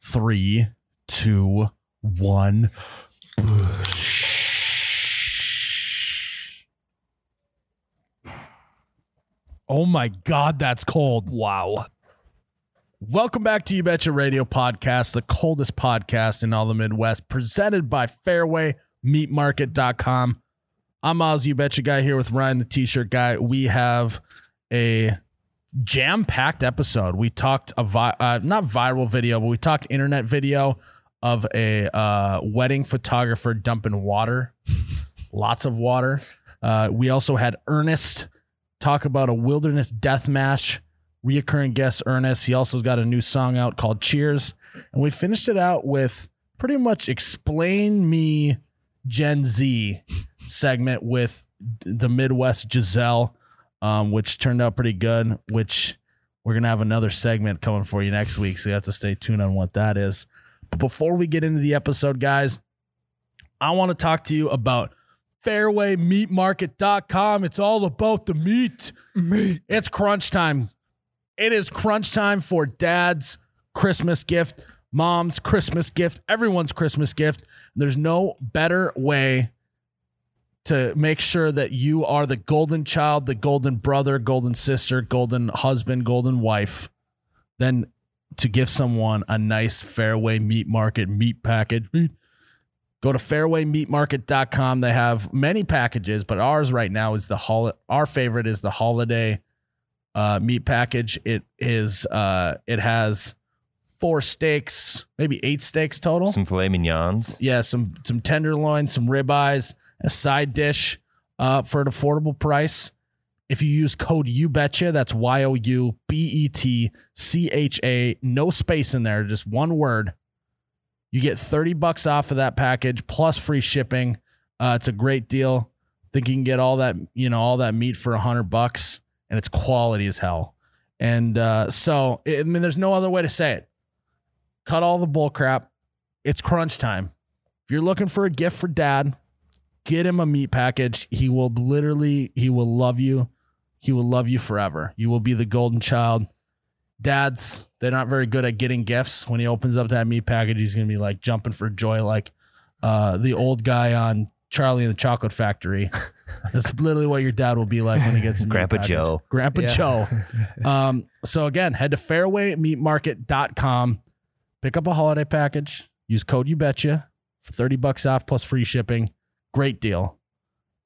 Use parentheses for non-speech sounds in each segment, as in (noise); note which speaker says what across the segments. Speaker 1: three, two, one. Oh my God, that's cold. Wow. Welcome back to You Betcha Radio Podcast, the coldest podcast in all the Midwest, presented by fairwaymeatmarket.com. I'm Oz, You Betcha Guy, here with Ryan, the t shirt guy. We have a jam packed episode. We talked a vi- uh, not viral video, but we talked internet video of a uh, wedding photographer dumping water, (laughs) lots of water. Uh, we also had Ernest talk about a wilderness death match. Reoccurring guest Ernest. He also has got a new song out called Cheers, and we finished it out with pretty much explain me Gen Z segment with the Midwest Giselle um, which turned out pretty good. Which we're gonna have another segment coming for you next week, so you have to stay tuned on what that is. But before we get into the episode, guys, I want to talk to you about fairwaymeatmarket.com. It's all about the meat. Meat. It's crunch time. It is crunch time for dad's Christmas gift, mom's Christmas gift, everyone's Christmas gift. There's no better way to make sure that you are the golden child, the golden brother, golden sister, golden husband, golden wife, than to give someone a nice fairway meat market meat package. Meat. Go to fairwaymeatmarket.com. They have many packages, but ours right now is the hol- our favorite is the holiday uh, meat package. It is uh, it has four steaks, maybe eight steaks total.
Speaker 2: Some filet mignons.
Speaker 1: Yeah, some some tenderloin, some ribeyes, a side dish uh, for an affordable price. If you use code YouBetcha, that's Y O U B E T C H A, no space in there, just one word. You get 30 bucks off of that package plus free shipping. Uh, it's a great deal. Think you can get all that, you know, all that meat for 100 bucks and it's quality as hell. And uh, so, I mean, there's no other way to say it. Cut all the bull crap. It's crunch time. If you're looking for a gift for dad, get him a meat package. He will literally, he will love you. He will love you forever. You will be the golden child. Dads, they're not very good at getting gifts. When he opens up that meat package, he's gonna be like jumping for joy, like uh, the old guy on Charlie and the Chocolate Factory. (laughs) That's literally what your dad will be like when he gets a meat
Speaker 2: Grandpa
Speaker 1: package.
Speaker 2: Joe.
Speaker 1: Grandpa Joe. Um, so again, head to fairwaymeatmarket.com, pick up a holiday package, use code you betcha for 30 bucks off plus free shipping. Great deal.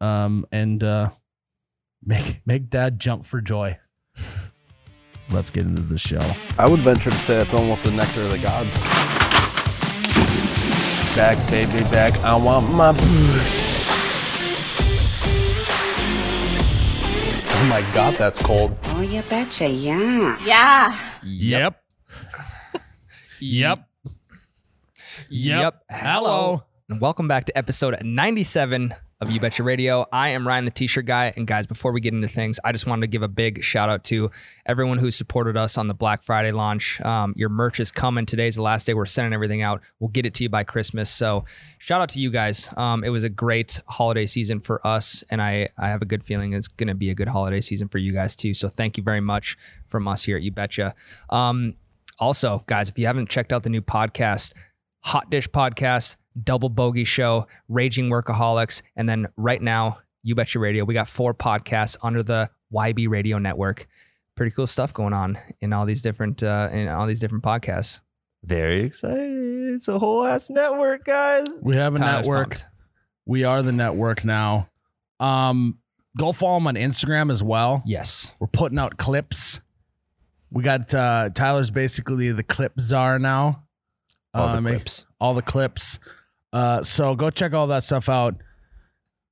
Speaker 1: Um, and uh, make make dad jump for joy. Let's get into the show.
Speaker 3: I would venture to say it's almost the nectar of the gods. Back, baby, back. I want my. Oh Oh my god, that's cold.
Speaker 4: Oh, you betcha, yeah.
Speaker 5: Yeah.
Speaker 1: Yep. yep. Hello.
Speaker 6: And welcome back to episode 97 of You Betcha Radio. I am Ryan, the t shirt guy. And guys, before we get into things, I just wanted to give a big shout out to everyone who supported us on the Black Friday launch. Um, your merch is coming. Today's the last day. We're sending everything out. We'll get it to you by Christmas. So shout out to you guys. Um, it was a great holiday season for us. And I, I have a good feeling it's going to be a good holiday season for you guys too. So thank you very much from us here at You Betcha. Um, also, guys, if you haven't checked out the new podcast, Hot Dish Podcast, Double Bogey Show, Raging Workaholics, and then right now, You Betcha Radio. We got four podcasts under the YB Radio Network. Pretty cool stuff going on in all these different uh, in all these different podcasts.
Speaker 2: Very excited. It's a whole ass network, guys.
Speaker 1: We have a
Speaker 6: Tyler's
Speaker 1: network.
Speaker 6: pumped.
Speaker 1: We are the network now. Um, go follow him on Instagram as well.
Speaker 6: Yes.
Speaker 1: We're putting out clips. We got uh, Tyler's basically the clip czar now.
Speaker 6: All the
Speaker 1: Um,
Speaker 6: clips.
Speaker 1: All the clips. Uh, so go check all that stuff out,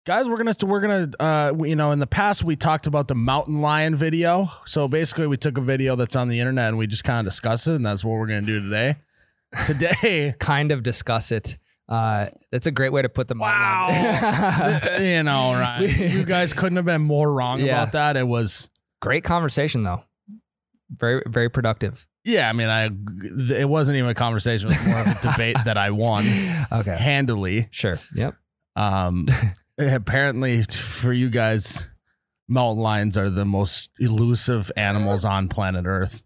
Speaker 1: guys. We're gonna we're gonna uh, we- you know in the past we talked about the mountain lion video. So basically we took a video that's on the internet and we just kind of discussed it, and that's what we're gonna do today. Today, (laughs)
Speaker 6: Kind of discuss it. Uh, that's a great way to put them.
Speaker 1: Wow. you know, right? You guys couldn't have been more wrong
Speaker 6: Yeah.
Speaker 1: about that. It was
Speaker 6: (laughs) great conversation though. Very very productive.
Speaker 1: Yeah, I mean, I it wasn't even a conversation; it was more of a debate that I won
Speaker 6: Okay.
Speaker 1: handily.
Speaker 6: Sure. Yep.
Speaker 1: Um, apparently, for you guys, mountain lions are the most elusive animals on planet Earth.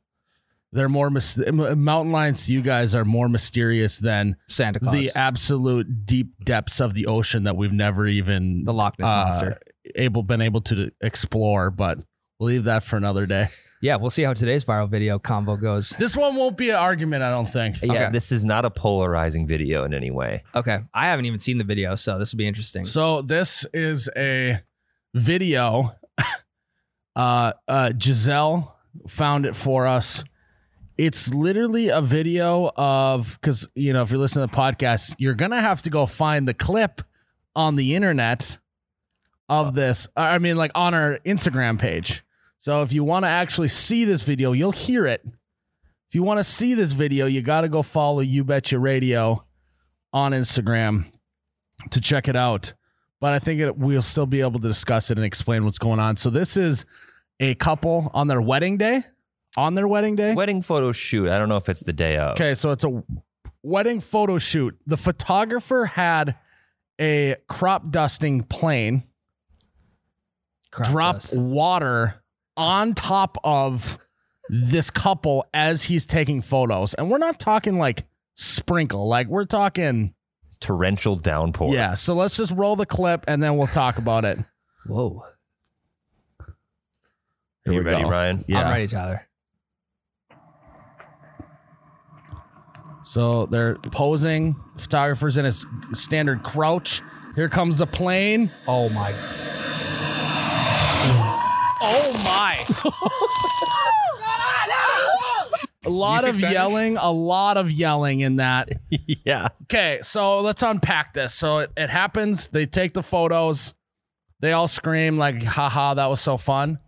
Speaker 1: They're more mys- m- mountain lions to you guys are more mysterious than
Speaker 6: Santa Claus,
Speaker 1: the
Speaker 6: the,
Speaker 1: absolute deep depths of the ocean that we've never even
Speaker 6: Loch Ness
Speaker 1: uh,
Speaker 6: monster.
Speaker 1: able been able to explore. But we'll leave that for another day.
Speaker 6: Yeah, we'll see how today's viral video combo goes.
Speaker 1: This one won't be an argument, I don't think.
Speaker 2: Yeah,
Speaker 6: Okay.
Speaker 2: this is not a polarizing video in any way.
Speaker 6: Okay, I haven't even seen the video, so this will be interesting.
Speaker 1: So this is a video. (laughs) Uh, uh, Giselle found it for us. It's literally a video of because you know if you're listening to the podcast, you're gonna have to go find the clip on the internet of this. I mean, like on our Instagram page. So if you want to actually see this video, you'll hear it. If you want to see this video, you got to go follow You Betcha Radio on Instagram to check it out. But I think it, we'll still be able to discuss it and explain what's going on. So this is a couple on their wedding day. On their wedding day.
Speaker 2: Wedding photo shoot. I don't know if it's the day of.
Speaker 1: Okay, so it's a wedding photo shoot. The photographer had a crop dusting plane
Speaker 6: Crop
Speaker 1: drop
Speaker 6: dust.
Speaker 1: water on top of this couple as he's taking photos. And we're not talking like sprinkle, like we're talking
Speaker 2: Torrential downpour.
Speaker 1: Yeah, so let's just roll the clip and then we'll talk about it.
Speaker 6: Whoa,
Speaker 2: Are
Speaker 1: Here
Speaker 2: you
Speaker 1: we
Speaker 2: ready,
Speaker 1: go.
Speaker 2: Ryan?
Speaker 1: Yeah.
Speaker 6: I'm ready, Tyler.
Speaker 1: So they're posing. Photographer's in his standard crouch. Here comes the plane.
Speaker 6: Oh my. Oh my.
Speaker 1: (laughs) A lot
Speaker 6: speak
Speaker 1: of
Speaker 6: Spanish?
Speaker 1: yelling, a lot of yelling in that.
Speaker 2: (laughs) yeah.
Speaker 1: Okay, so let's unpack this. So it, it happens. They take the photos. They all scream like, haha, that was so fun.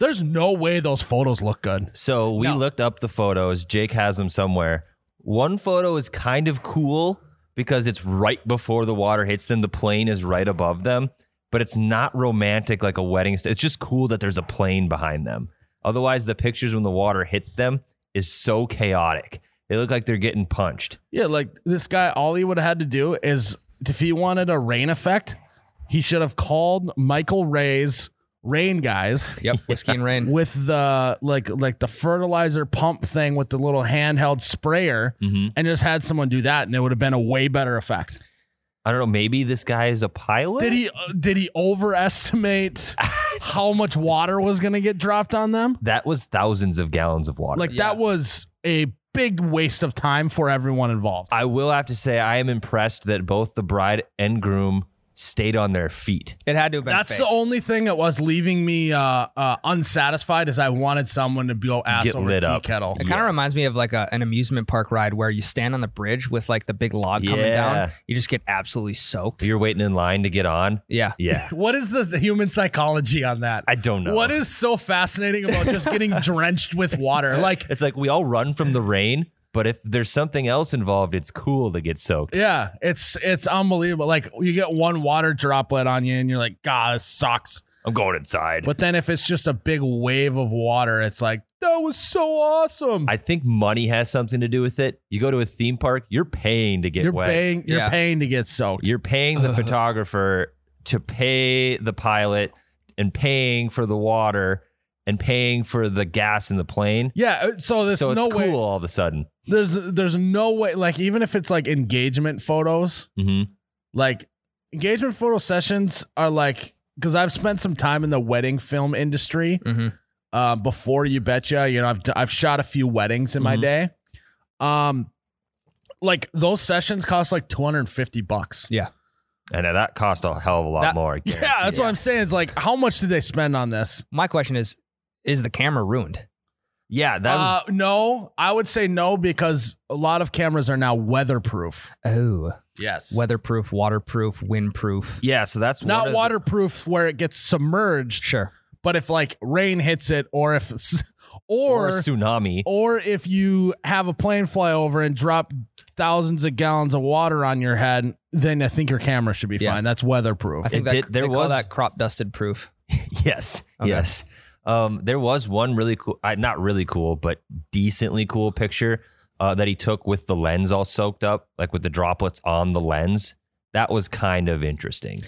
Speaker 1: There's no way those photos look good.
Speaker 2: So we looked up the photos. Jake has them somewhere. One photo is kind of cool because it's right before the water hits them. The plane is right above them, but it's not romantic like a wedding. st- It's just cool that there's a plane behind them. Otherwise, the pictures when the water hit them is so chaotic. They look like they're getting punched.
Speaker 1: Yeah, like this guy, all he would have had to do is if he wanted a rain effect, he should have called Michael Ray's rain guys.
Speaker 6: Yep, whiskey and rain.
Speaker 1: with the like like the fertilizer pump thing with the little handheld sprayer
Speaker 2: Mm-hmm.
Speaker 1: and just had someone do that and it would have been a way better effect.
Speaker 2: I don't know. Maybe this guy is a pilot.
Speaker 1: Did he uh, did he overestimate how much water was going to get dropped on them?
Speaker 2: (laughs) That was thousands of gallons of water.
Speaker 1: Like
Speaker 6: Yeah.
Speaker 1: that was a big waste of time for everyone involved.
Speaker 2: I will have to say, I am impressed that both the bride and groom stayed on their feet.
Speaker 6: It had to have been.
Speaker 1: That's
Speaker 6: fake.
Speaker 1: the only thing that was leaving me uh, uh, unsatisfied is I wanted someone to go ass
Speaker 2: Get
Speaker 1: over
Speaker 2: lit
Speaker 1: tea
Speaker 2: up.
Speaker 1: kettle.
Speaker 6: It kind of reminds me of like a, an amusement park ride where you stand on the bridge with like the big log coming
Speaker 2: Yeah.
Speaker 6: down. You just get absolutely soaked.
Speaker 2: You're waiting in line to get on.
Speaker 6: yeah.
Speaker 1: (laughs)
Speaker 2: Yeah.
Speaker 1: What is the human psychology on that?
Speaker 2: I don't know.
Speaker 1: What is so fascinating about just
Speaker 2: (laughs)
Speaker 1: getting drenched with water? Like,
Speaker 2: It's like we all run from the rain, but if there's something else involved, it's cool to get soaked.
Speaker 1: yeah, it's it's unbelievable. Like you get one water droplet on you and you're like, God, this sucks.
Speaker 2: I'm going inside.
Speaker 1: But then if it's just a big wave of water, it's like, that was so awesome.
Speaker 2: I think money has something to do with it. You go to a theme park, you're paying to get
Speaker 1: you're
Speaker 2: wet.
Speaker 1: paying you're
Speaker 6: Yeah.
Speaker 1: paying to get soaked.
Speaker 2: You're paying
Speaker 1: (laughs)
Speaker 2: the photographer to pay the pilot and paying for the water and paying for the gas in the plane.
Speaker 1: yeah, uh, so there's
Speaker 2: so it's
Speaker 1: no
Speaker 2: cool
Speaker 1: way
Speaker 2: all of a sudden.
Speaker 1: there's there's no way like even if it's like engagement photos,
Speaker 2: Mm-hmm.
Speaker 1: like engagement photo sessions are like because I've spent some time in the wedding film industry.
Speaker 6: hmm
Speaker 1: um, before you betcha you know I've, I've shot a few weddings in my
Speaker 2: Mhm.
Speaker 1: day um like those sessions cost like 250 bucks
Speaker 2: And that cost a hell of a lot
Speaker 6: That-
Speaker 2: more. I
Speaker 1: (laughs) yeah
Speaker 2: guarantee.
Speaker 1: that's what i'm saying it's like how much did they spend on this
Speaker 6: My question is, is the camera ruined?
Speaker 2: Yeah, that was
Speaker 1: uh, no i would say no because a lot of cameras are now weatherproof
Speaker 6: Oh,
Speaker 1: yes
Speaker 6: weatherproof, waterproof, windproof.
Speaker 2: yeah, so that's one
Speaker 1: not
Speaker 2: of the-
Speaker 1: waterproof where it gets submerged
Speaker 6: Sure.
Speaker 1: but if like rain hits it or if (laughs) or,
Speaker 2: or a tsunami.
Speaker 1: or if you have a plane fly over and drop thousands of gallons of water on your head, then I think your camera should be
Speaker 6: Yeah.
Speaker 1: fine. That's weatherproof.
Speaker 6: I think
Speaker 2: It
Speaker 6: that,
Speaker 2: did- there
Speaker 6: they call
Speaker 2: was-
Speaker 6: that crop dusted proof.
Speaker 2: Yes.
Speaker 6: Okay.
Speaker 2: Yes. Um, there was one really cool, uh, not really cool, but decently cool picture uh, that he took with the lens all soaked up, like with the droplets on the lens. That was kind of interesting.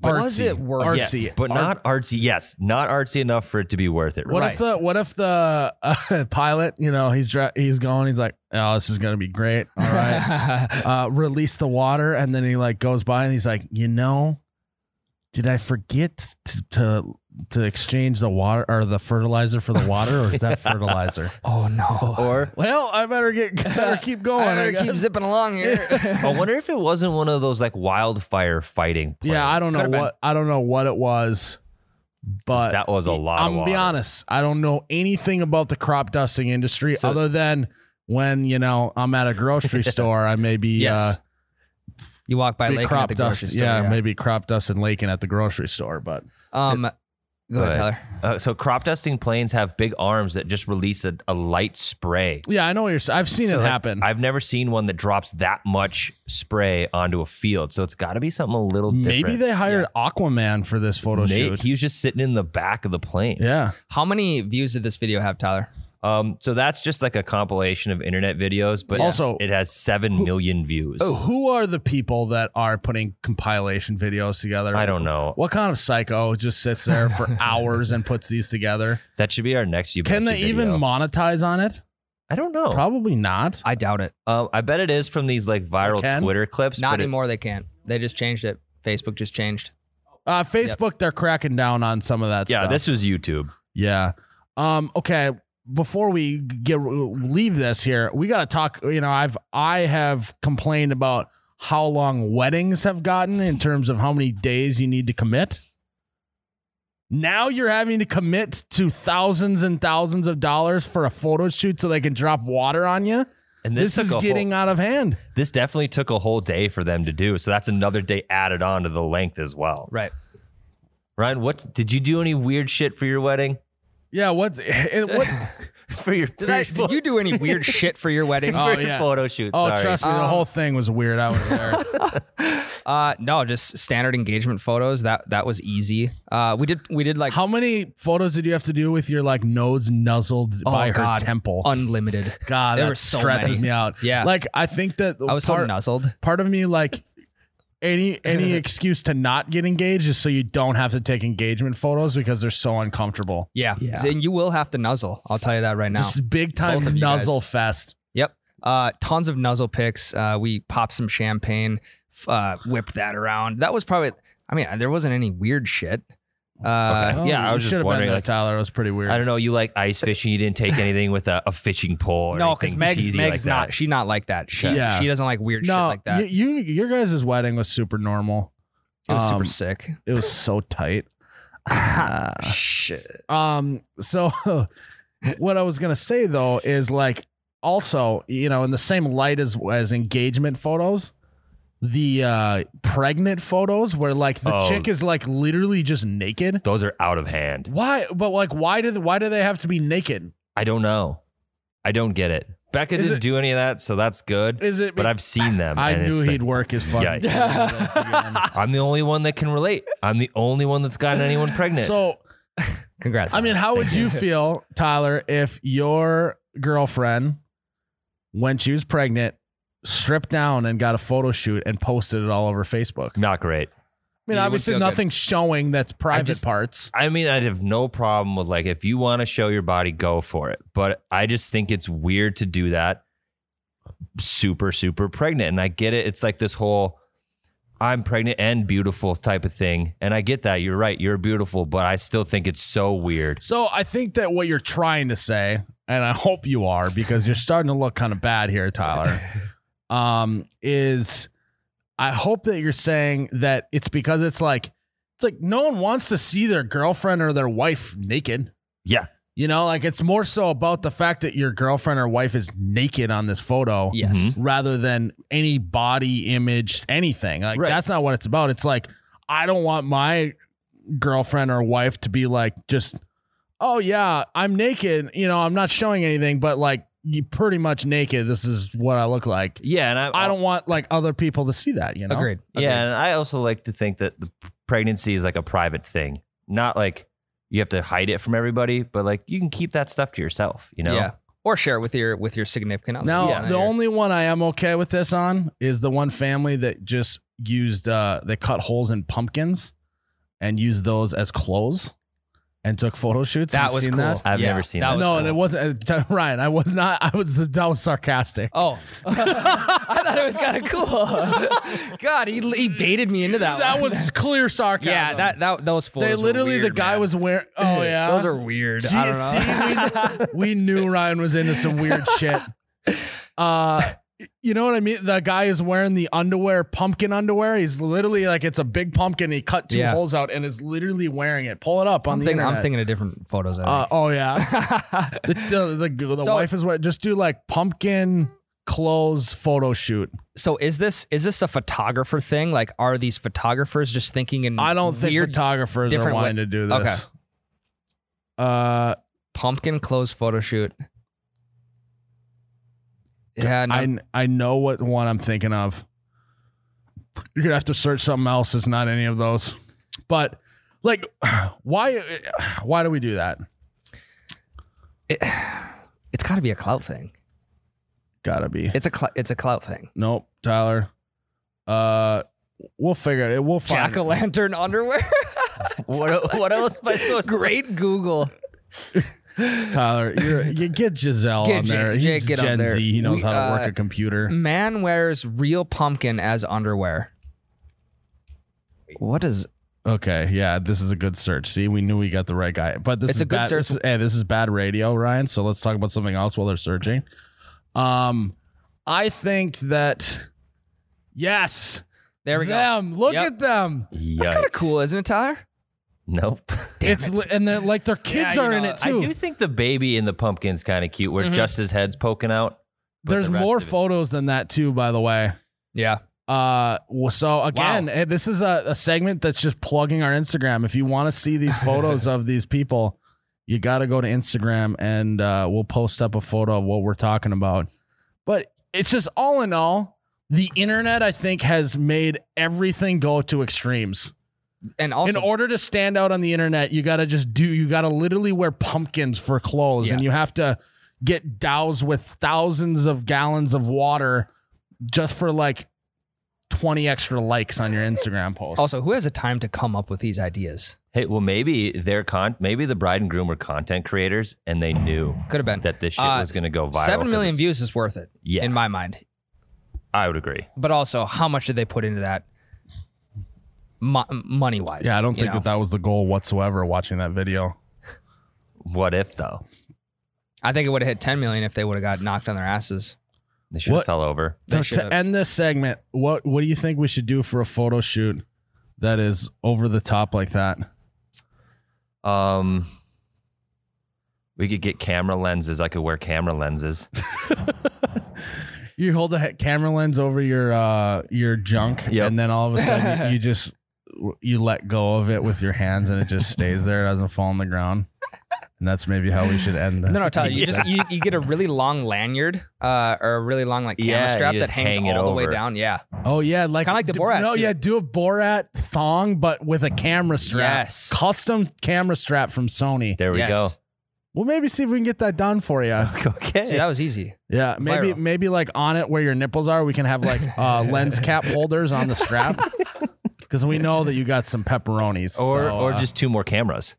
Speaker 6: But was it worth
Speaker 1: artsy,
Speaker 2: Yes, but not artsy. Yes, not artsy enough for it to be worth it.
Speaker 1: What if the what if the uh, (laughs) pilot, you know, he's dri- he's going, he's like, oh, this is gonna be great. All
Speaker 6: (laughs)
Speaker 1: right, uh, release the water, and then he like goes by and he's like, you know, did I forget to to, to exchange the water or the fertilizer for the water, or is
Speaker 2: (laughs)
Speaker 1: that fertilizer?
Speaker 6: oh no!
Speaker 1: (laughs)
Speaker 2: or
Speaker 1: Well, (laughs) I better get better keep going.
Speaker 6: I
Speaker 1: Oh, I
Speaker 6: better
Speaker 1: guess.
Speaker 6: keep zipping along here.
Speaker 2: (laughs) I wonder if it wasn't one of those like wildfire fighting. Planes.
Speaker 1: yeah, I don't know
Speaker 6: Could've been.
Speaker 1: what I don't know what it was, but
Speaker 2: That was a lot.
Speaker 1: I'm
Speaker 2: of
Speaker 1: gonna be
Speaker 2: water.
Speaker 1: honest. I don't know anything about the crop dusting industry
Speaker 2: So-
Speaker 1: other than when you know I'm at a (laughs) grocery store, I may be
Speaker 6: yes. you walk by
Speaker 1: uh, be
Speaker 6: Lake at
Speaker 1: crop
Speaker 6: the
Speaker 1: dust.
Speaker 6: grocery store.
Speaker 1: Yeah, maybe crop dusting Lakin at the grocery store. But
Speaker 6: Um, go ahead,
Speaker 2: But-
Speaker 6: Tyler.
Speaker 2: Uh, so crop dusting planes have big arms that just release a, a light spray.
Speaker 1: yeah, I know what you're. s- I've seen
Speaker 2: So,
Speaker 1: it
Speaker 2: like,
Speaker 1: happen.
Speaker 2: I've never seen one that drops that much spray onto a field. So it's got to be something a little different.
Speaker 1: Maybe they hired Aquaman for this photo
Speaker 2: Nate,
Speaker 1: shoot.
Speaker 2: he was just sitting in the back of the plane.
Speaker 1: yeah,
Speaker 6: How many views did this video have, Tyler?
Speaker 2: Um, so that's just like a compilation of internet videos, but
Speaker 1: Also- Oh.
Speaker 2: it has seven million views.
Speaker 1: So who are the people that are putting compilation videos together?
Speaker 2: I don't know.
Speaker 1: What kind of psycho just sits there
Speaker 2: (laughs)
Speaker 1: for hours and puts these together?
Speaker 2: That should be our next. You
Speaker 1: Can
Speaker 2: Betcha
Speaker 1: they even
Speaker 2: video. Oh.
Speaker 1: monetize on it?
Speaker 2: I don't know.
Speaker 1: Probably not.
Speaker 6: I doubt it.
Speaker 2: Um, I bet it is from these like viral
Speaker 1: Can?
Speaker 2: Twitter clips.
Speaker 6: Not
Speaker 2: but it-
Speaker 6: anymore. They can't. They just changed it. Facebook just changed.
Speaker 1: Uh, Facebook, they're cracking down on some of that
Speaker 2: yeah,
Speaker 1: stuff.
Speaker 2: this was YouTube.
Speaker 1: Yeah. Um. Okay. Before we get leave this here, we got to talk. You know, I've I have complained about how long weddings have gotten in terms of how many days you need to commit. Now you're having to commit to thousands and thousands of dollars for a photo shoot so they can drop water on you.
Speaker 2: And this,
Speaker 1: This,
Speaker 2: took
Speaker 1: is
Speaker 2: a
Speaker 1: getting
Speaker 2: whole,
Speaker 1: out of hand.
Speaker 2: this definitely took a whole day for them to do. So that's another day added on to the length as well.
Speaker 6: Right.
Speaker 2: Ryan, what did you do any weird shit for your wedding?
Speaker 1: Yeah. What? (laughs) It,
Speaker 2: (laughs)
Speaker 1: what
Speaker 2: For your
Speaker 6: Did, I,
Speaker 2: for your
Speaker 6: did you do any weird shit for your wedding?
Speaker 1: Oh,
Speaker 2: photo-
Speaker 1: yeah.
Speaker 2: photo shoot?
Speaker 1: oh,
Speaker 2: sorry.
Speaker 1: trust me, the
Speaker 6: Um,
Speaker 1: whole thing was weird. I was there.
Speaker 6: Uh, no, just standard engagement photos. That that was easy. Uh, we did we did like
Speaker 1: How many photos did you have to do with your like nose nuzzled
Speaker 6: Oh,
Speaker 1: by
Speaker 6: God.
Speaker 1: her temple?
Speaker 6: unlimited.
Speaker 1: God,
Speaker 6: There
Speaker 1: that
Speaker 6: were so
Speaker 1: stresses
Speaker 6: many.
Speaker 1: me out.
Speaker 6: Yeah.
Speaker 1: like I think that
Speaker 6: I was so
Speaker 1: part,
Speaker 6: nuzzled.
Speaker 1: part of me like any
Speaker 6: (laughs)
Speaker 1: any excuse to not get engaged is so you don't have to take engagement photos because they're so uncomfortable.
Speaker 6: Yeah.
Speaker 2: Yeah.
Speaker 6: And you will have to nuzzle. I'll tell you that right now.
Speaker 1: Just big
Speaker 6: Both of
Speaker 1: time
Speaker 6: you
Speaker 1: nuzzle fest.
Speaker 6: Yep. Uh, tons of nuzzle picks. Uh, we popped some champagne, f- uh, whipped that around. That was probably, I mean, there wasn't any weird shit. Uh,
Speaker 2: Okay. Yeah, I
Speaker 1: Oh, you
Speaker 2: was just
Speaker 1: should have
Speaker 2: wondering,
Speaker 1: been there,
Speaker 2: like-
Speaker 1: Tyler. It was pretty weird.
Speaker 2: I don't know. You like ice fishing? You didn't take anything with a, a fishing pole? Or
Speaker 6: No, because
Speaker 2: anything
Speaker 6: Meg's,
Speaker 2: cheesy
Speaker 6: Meg's
Speaker 2: like
Speaker 6: not,
Speaker 2: That.
Speaker 6: she not like that. She,
Speaker 1: Yeah.
Speaker 6: she doesn't like weird shit
Speaker 1: no,
Speaker 6: like that.
Speaker 1: you, you your guys' wedding was super normal.
Speaker 6: it was super
Speaker 1: um,
Speaker 6: sick.
Speaker 1: It was so
Speaker 6: (laughs)
Speaker 1: tight. (sighs) uh,
Speaker 6: Shit.
Speaker 1: Um, so (laughs) what I was gonna say though is like also, you know, in the same light as as engagement photos, the uh pregnant photos where like the
Speaker 2: Oh.
Speaker 1: chick is like literally just naked.
Speaker 2: Those are out of hand.
Speaker 1: Why but like why do why do they have to be naked?
Speaker 2: I don't know. I don't get it. Becca
Speaker 1: Is
Speaker 2: didn't
Speaker 1: it-
Speaker 2: do any of that, so that's good.
Speaker 1: Is it
Speaker 2: but
Speaker 1: (laughs)
Speaker 2: I've seen them.
Speaker 1: I
Speaker 2: and
Speaker 1: knew
Speaker 2: it's like,
Speaker 1: he'd work his fucking
Speaker 2: Yikes. I'm the only one that can relate. I'm the only one that's gotten anyone
Speaker 1: (laughs)
Speaker 2: pregnant.
Speaker 1: So
Speaker 6: Congrats.
Speaker 1: I mean, how would
Speaker 6: (laughs)
Speaker 1: you feel, Tyler, if your girlfriend, when she was pregnant, stripped down and got a photo shoot and posted it all over Facebook?
Speaker 2: not great.
Speaker 1: I mean,
Speaker 6: You would
Speaker 1: obviously,
Speaker 6: feel good.
Speaker 1: nothing showing that's private
Speaker 2: just-
Speaker 1: parts.
Speaker 2: I mean, I'd have no problem with like if you want to show your body, go for it. But I just think it's weird to do that super, super pregnant. And I get it. It's like this whole I'm pregnant and beautiful type of thing. And I get that. You're right. You're beautiful, but I still think it's so weird.
Speaker 1: So I think that what you're trying to say, and I hope you are, because you're starting to look kind of bad here, Tyler,
Speaker 2: (laughs)
Speaker 1: um, is I hope that you're saying that it's because it's like it's like no one wants to see their girlfriend or their wife naked.
Speaker 2: Yeah.
Speaker 1: You know, like it's more so about the fact that your girlfriend or wife is naked on this photo
Speaker 6: yes.
Speaker 2: Mhm.
Speaker 1: rather than any body image, anything. Like
Speaker 2: Right.
Speaker 1: that's not what it's about. It's like I don't want my girlfriend or wife to be like just, oh yeah, I'm naked. You know, I'm not showing anything, but like you pretty much naked. This is what I look like.
Speaker 2: Yeah. And I,
Speaker 1: I don't want like other people to see that. You know,
Speaker 6: Agreed.
Speaker 2: Yeah, and I also like to think that the p- pregnancy is like a private thing, not like you have to hide it from everybody, but like you can keep that stuff to yourself, you know?
Speaker 6: Yeah.
Speaker 2: (laughs)
Speaker 6: Or share it with your, with your significant other.
Speaker 1: Now
Speaker 6: Yeah.
Speaker 1: the only one I am okay with this on is the one family that just used uh they cut holes in pumpkins and used those as clothes and took photo shoots. Have
Speaker 6: That
Speaker 1: you
Speaker 6: was
Speaker 1: seen
Speaker 6: cool.
Speaker 1: That?
Speaker 2: I've never seen that.
Speaker 1: No, and it wasn't uh, (laughs) Ryan. I was not. I was that was sarcastic.
Speaker 6: Oh, (laughs) I thought it was kind of cool. (laughs) God, he, he baited me into that.
Speaker 1: that
Speaker 6: one.
Speaker 1: was clear sarcasm.
Speaker 6: yeah. That that those photos.
Speaker 1: they
Speaker 6: were
Speaker 1: literally the
Speaker 6: weird,
Speaker 1: guy
Speaker 6: man.
Speaker 1: was wearing. Oh yeah,
Speaker 6: (laughs) Those are weird. I don't know. (laughs)
Speaker 1: See, see, we, we knew Ryan was into some weird shit. Uh, you know what I mean? The guy is wearing the underwear, pumpkin underwear. He's literally like it's a big pumpkin. He cut two
Speaker 6: Yeah.
Speaker 1: holes out and is literally wearing it. Pull it up on
Speaker 6: I'm
Speaker 1: the
Speaker 6: thinking, I'm
Speaker 1: internet.
Speaker 6: thinking of different photos. I
Speaker 1: Uh,
Speaker 6: think.
Speaker 1: oh
Speaker 6: (laughs)
Speaker 1: yeah, (laughs) the the, the, the
Speaker 6: So-
Speaker 1: wife is wearing. Just do like pumpkin clothes photo shoot.
Speaker 6: so is this is this a photographer thing? Like, are these photographers just thinking in
Speaker 1: I don't think
Speaker 6: weird
Speaker 1: photographers are
Speaker 6: different
Speaker 1: wanting
Speaker 6: way-
Speaker 1: to do
Speaker 6: Okay.
Speaker 1: this. Uh,
Speaker 6: pumpkin clothes photo shoot? Yeah, no,
Speaker 1: I I know what one I'm thinking of. You're gonna have to search something else. It's not any of those. But like, (sighs) why (sighs) why do we do that?
Speaker 6: it's got to be a clout thing.
Speaker 1: Gotta be.
Speaker 6: It's a cl- it's a clout thing.
Speaker 1: nope, Tyler. Uh, we'll figure it. We'll find.
Speaker 6: Jack o'
Speaker 1: it. (laughs)
Speaker 6: lantern (laughs) underwear.
Speaker 2: What, what else am I supposed to
Speaker 6: Great Google.
Speaker 1: Tyler, you're, you get Giselle
Speaker 6: Get
Speaker 1: on
Speaker 6: Jake-
Speaker 1: there.
Speaker 6: Jake,
Speaker 1: He's
Speaker 6: get on
Speaker 1: Gen
Speaker 6: there.
Speaker 1: Z. He knows
Speaker 6: We,
Speaker 1: how to work
Speaker 6: uh,
Speaker 1: a computer.
Speaker 6: Man wears real pumpkin as underwear. What is
Speaker 1: Okay, yeah, this is a good search. See, we knew we got the right guy. But this
Speaker 6: It's
Speaker 1: is
Speaker 6: a good
Speaker 1: bad,
Speaker 6: search.
Speaker 1: This is, hey, this is bad radio, Ryan. So let's talk about something else while they're searching. Um, I think that yes,
Speaker 6: there we go?
Speaker 1: them. Look
Speaker 6: Yep.
Speaker 1: at them.
Speaker 2: Yikes.
Speaker 6: That's kind of cool, isn't it, Tyler?
Speaker 2: Nope.
Speaker 1: it's li- and they're like their kids
Speaker 6: you
Speaker 1: are in
Speaker 6: know,
Speaker 1: it
Speaker 2: I
Speaker 1: too.
Speaker 2: do think the baby in the pumpkin's kind of cute, where
Speaker 6: Mm-hmm.
Speaker 2: just his head's poking out. but
Speaker 1: There's
Speaker 2: the rest
Speaker 1: more
Speaker 2: of it-
Speaker 1: photos than that too, by the way.
Speaker 6: Yeah.
Speaker 1: Uh, well, so again, eh, this is a, a segment that's just plugging our Instagram. If you want to see these photos of these people, you got to go to Instagram and uh, we'll post up a photo of what we're talking about. But it's just all in all, the internet, I think, has made everything go to extremes.
Speaker 6: And also,
Speaker 1: in order to stand out on the internet, you got to just do, you got to literally wear pumpkins for clothes
Speaker 6: Yeah.
Speaker 1: and you have to get doused with thousands of gallons of water just for like 20 extra likes on your Instagram post.
Speaker 6: also, who has the time to come up with these ideas?
Speaker 2: Hey, well, maybe they're con. Maybe the bride and groom were content creators, and they knew
Speaker 6: Could have been
Speaker 2: that this shit
Speaker 6: Uh,
Speaker 2: was going to go viral.
Speaker 6: Seven
Speaker 2: 'cause
Speaker 6: million
Speaker 2: it's-
Speaker 6: views is worth it.
Speaker 2: Yeah.
Speaker 6: in my mind.
Speaker 2: I would agree.
Speaker 6: But also, how much did they put into that? Mo- money wise.
Speaker 1: yeah, I don't think that that was the goal whatsoever watching that video.
Speaker 2: What if though?
Speaker 6: I think it would have hit ten million if they would have got knocked on their asses.
Speaker 2: They should have
Speaker 1: What-
Speaker 2: fell over.
Speaker 6: They
Speaker 1: To,
Speaker 6: should've-
Speaker 1: to end this segment, what what do you think we should do for a photo shoot that is over the top like that?
Speaker 2: Um, we could get camera lenses. I could wear camera lenses.
Speaker 1: You hold a he- camera lens over your uh your junk
Speaker 2: Yep.
Speaker 1: and then all of a sudden
Speaker 2: (laughs)
Speaker 1: you, you just you let go of it with your hands and it just stays there, it doesn't fall on the ground. And that's maybe how we should end that.
Speaker 6: No, no, Tyler, you just you, you get a really long lanyard uh, or a really long like camera
Speaker 2: Yeah, you
Speaker 6: strap
Speaker 2: just
Speaker 6: that hangs
Speaker 2: hang
Speaker 6: all
Speaker 2: it
Speaker 6: the way
Speaker 2: over.
Speaker 6: down. Yeah.
Speaker 1: (laughs) Oh yeah, like
Speaker 6: Kinda like the
Speaker 1: d-
Speaker 6: Borat
Speaker 1: No,
Speaker 6: suit.
Speaker 1: yeah, do a Borat thong, but with a camera strap.
Speaker 6: Yes.
Speaker 1: custom camera strap from Sony.
Speaker 2: There we
Speaker 6: Yes.
Speaker 2: go. (laughs)
Speaker 1: We'll maybe see if we can get that done for you.
Speaker 2: Okay.
Speaker 6: See, that was easy.
Speaker 1: Yeah, maybe
Speaker 6: Viral.
Speaker 1: maybe like on it where your nipples are, we can have like
Speaker 2: (laughs)
Speaker 1: uh, lens cap holders on the strap because we know that you got some pepperonis
Speaker 2: or
Speaker 1: so,
Speaker 2: or
Speaker 1: uh,
Speaker 2: just two more cameras.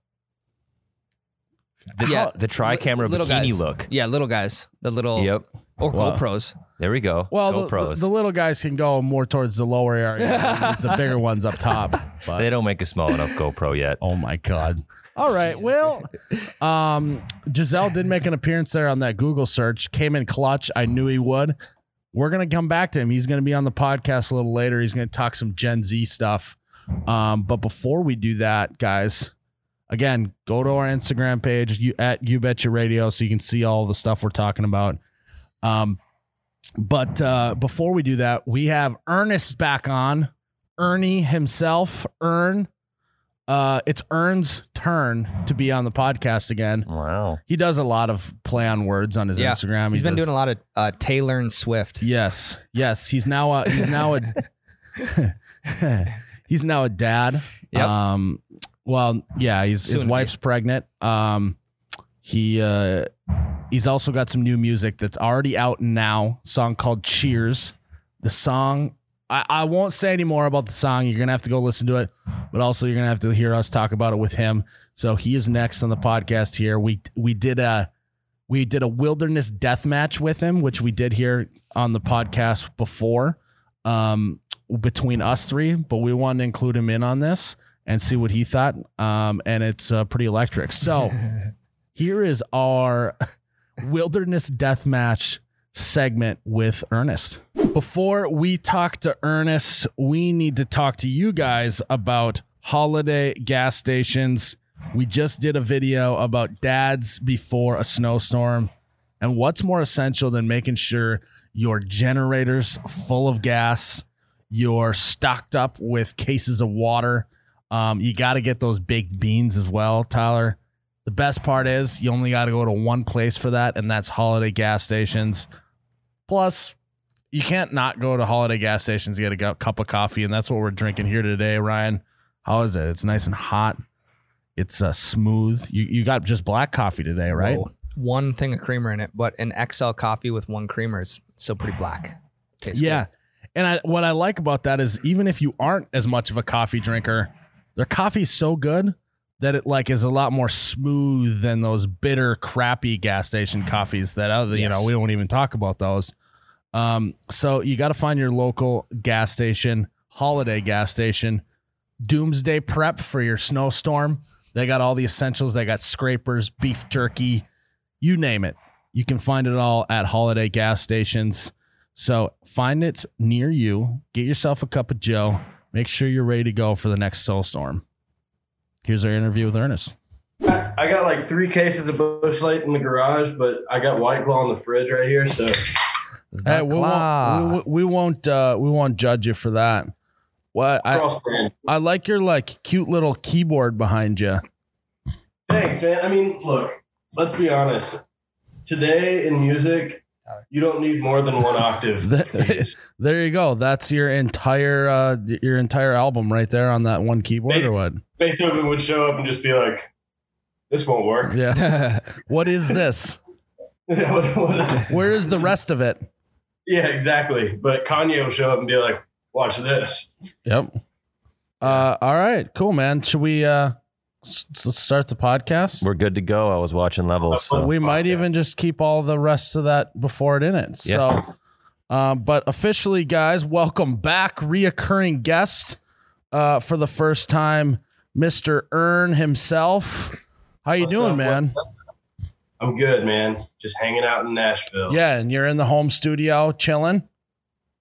Speaker 2: The,
Speaker 6: Yeah.
Speaker 2: the tri camera
Speaker 6: Little
Speaker 2: bikini
Speaker 6: guys.
Speaker 2: look.
Speaker 6: Yeah, little guys. The little
Speaker 2: Yep.
Speaker 6: or
Speaker 1: Wow.
Speaker 6: GoPros.
Speaker 2: There we go.
Speaker 1: well, the,
Speaker 2: GoPros.
Speaker 1: the little guys can go more towards the lower
Speaker 2: (laughs)
Speaker 1: area, and the bigger ones up top. But
Speaker 2: they don't make a small enough GoPro yet.
Speaker 1: Oh my god. All right. Well, um, Giselle did make an appearance there on that Google search. Came in clutch. I knew he would. We're gonna come back to him. He's gonna be on the podcast a little later. He's gonna talk some Gen Z stuff. Um, but before we do that, guys, again, go to our Instagram page you, at You Betcha Radio so you can see all the stuff we're talking about. Um, but uh, before we do that, we have Ernest back on. Ernie himself, Ern uh, it's Ern's turn to be on the podcast again.
Speaker 2: (laughs) Wow.
Speaker 1: He does a lot of play on words on his
Speaker 6: Yeah.
Speaker 1: Instagram.
Speaker 6: He's been
Speaker 1: does-
Speaker 6: doing a lot of uh, Taylor and Swift.
Speaker 1: Yes, yes. He's now a (laughs) he's
Speaker 6: (laughs)
Speaker 1: now a he's now a dad.
Speaker 6: Yep.
Speaker 1: Um. Well, yeah. He's,
Speaker 6: Soon
Speaker 1: his
Speaker 6: to be.
Speaker 1: wife's pregnant. Um. He uh. He's also got some new music that's already out now. A song called Cheers. The song I, I won't say any more about the song. You're gonna have to go listen to it, but also you're gonna have to hear us talk about it with him. So he is next on the podcast here. We we did a we did a wilderness death match with him, which we did here on the podcast before, um, between us three. But we wanted to include him in on this and see what he thought. Um, and it's uh, pretty electric. So here is our wilderness death match segment with Ernest. Before we talk to Ernest, we need to talk to you guys about holiday gas stations. We just did a video about dads before a snowstorm. And what's more essential than making sure your generator's full of gas, you're stocked up with cases of water? Um, you got to get those baked beans as well, Tyler. The best part is you only got to go to one place for that, and that's holiday gas stations. Plus, you can't not go to holiday gas stations to get a gu- cup of coffee, and that's what we're drinking here today, Ryan. How is it? It's nice and hot. It's uh, smooth. You you got just black coffee today, right?
Speaker 6: Whoa. One thing of creamer in it, but an XL coffee with one creamer is still pretty black. Tastes
Speaker 1: yeah. And I, what I like about that is even if you aren't as much of a coffee drinker, their coffee's so good that it like is a lot more smooth than those bitter, crappy gas station coffees that other you know
Speaker 6: Yes.
Speaker 1: we don't even talk about those. Um, so you got to find your local gas station, holiday gas station, doomsday prep for your snowstorm. They got all the essentials. They got scrapers, beef jerky, you name it. You can find it all at holiday gas stations. So find it near you. Get yourself a cup of Joe. Make sure you're ready to go for the next snowstorm. Here's our interview with Ernest.
Speaker 5: I got like three cases of Bush Light in the garage, but I got White Claw in the fridge right here. So
Speaker 6: Uh,
Speaker 1: Hey, we, won't, we, won't- we won't uh, we won't judge you for that. What I,
Speaker 5: cross brand.
Speaker 1: I like your like cute little keyboard behind you.
Speaker 5: Thanks, man. I mean, look, let's be honest. Today in music, you don't need more than
Speaker 1: (laughs)
Speaker 5: one octave.
Speaker 1: there you go. That's your entire uh, your entire album right there on that one keyboard or what?
Speaker 5: Beethoven would show up and just be like, "This won't work." (laughs)
Speaker 1: Yeah. what is this?
Speaker 5: What- what- (laughs)
Speaker 1: Where is the rest of it?
Speaker 5: yeah, exactly. But Kanye will show up and be like, "Watch this."
Speaker 1: Yep. Uh, all right, cool, man. Should we uh, s- s- start the podcast?
Speaker 2: We're good to go. I was watching levels. So.
Speaker 1: Uh, we might even just keep all the rest of that before it in it.
Speaker 2: Yeah.
Speaker 1: So, um, but officially, guys, welcome back, reoccurring guest uh, for the first time, Mister Earn himself. How you
Speaker 5: What's
Speaker 1: doing,
Speaker 5: up?
Speaker 1: man?
Speaker 5: I'm good, man. Just hanging out in Nashville.
Speaker 1: Yeah, and you're in the home studio chilling.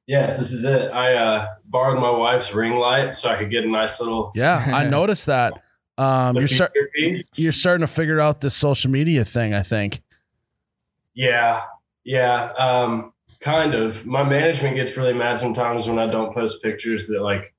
Speaker 5: Yes, this is it. I uh, borrowed my wife's ring light so I could get a nice little.
Speaker 1: Yeah,
Speaker 5: (laughs)
Speaker 1: I noticed that. Um, you're start, you're starting to figure out this social media thing. I think.
Speaker 5: Yeah, yeah, um, kind of. My management gets really mad sometimes when I don't post pictures that, like,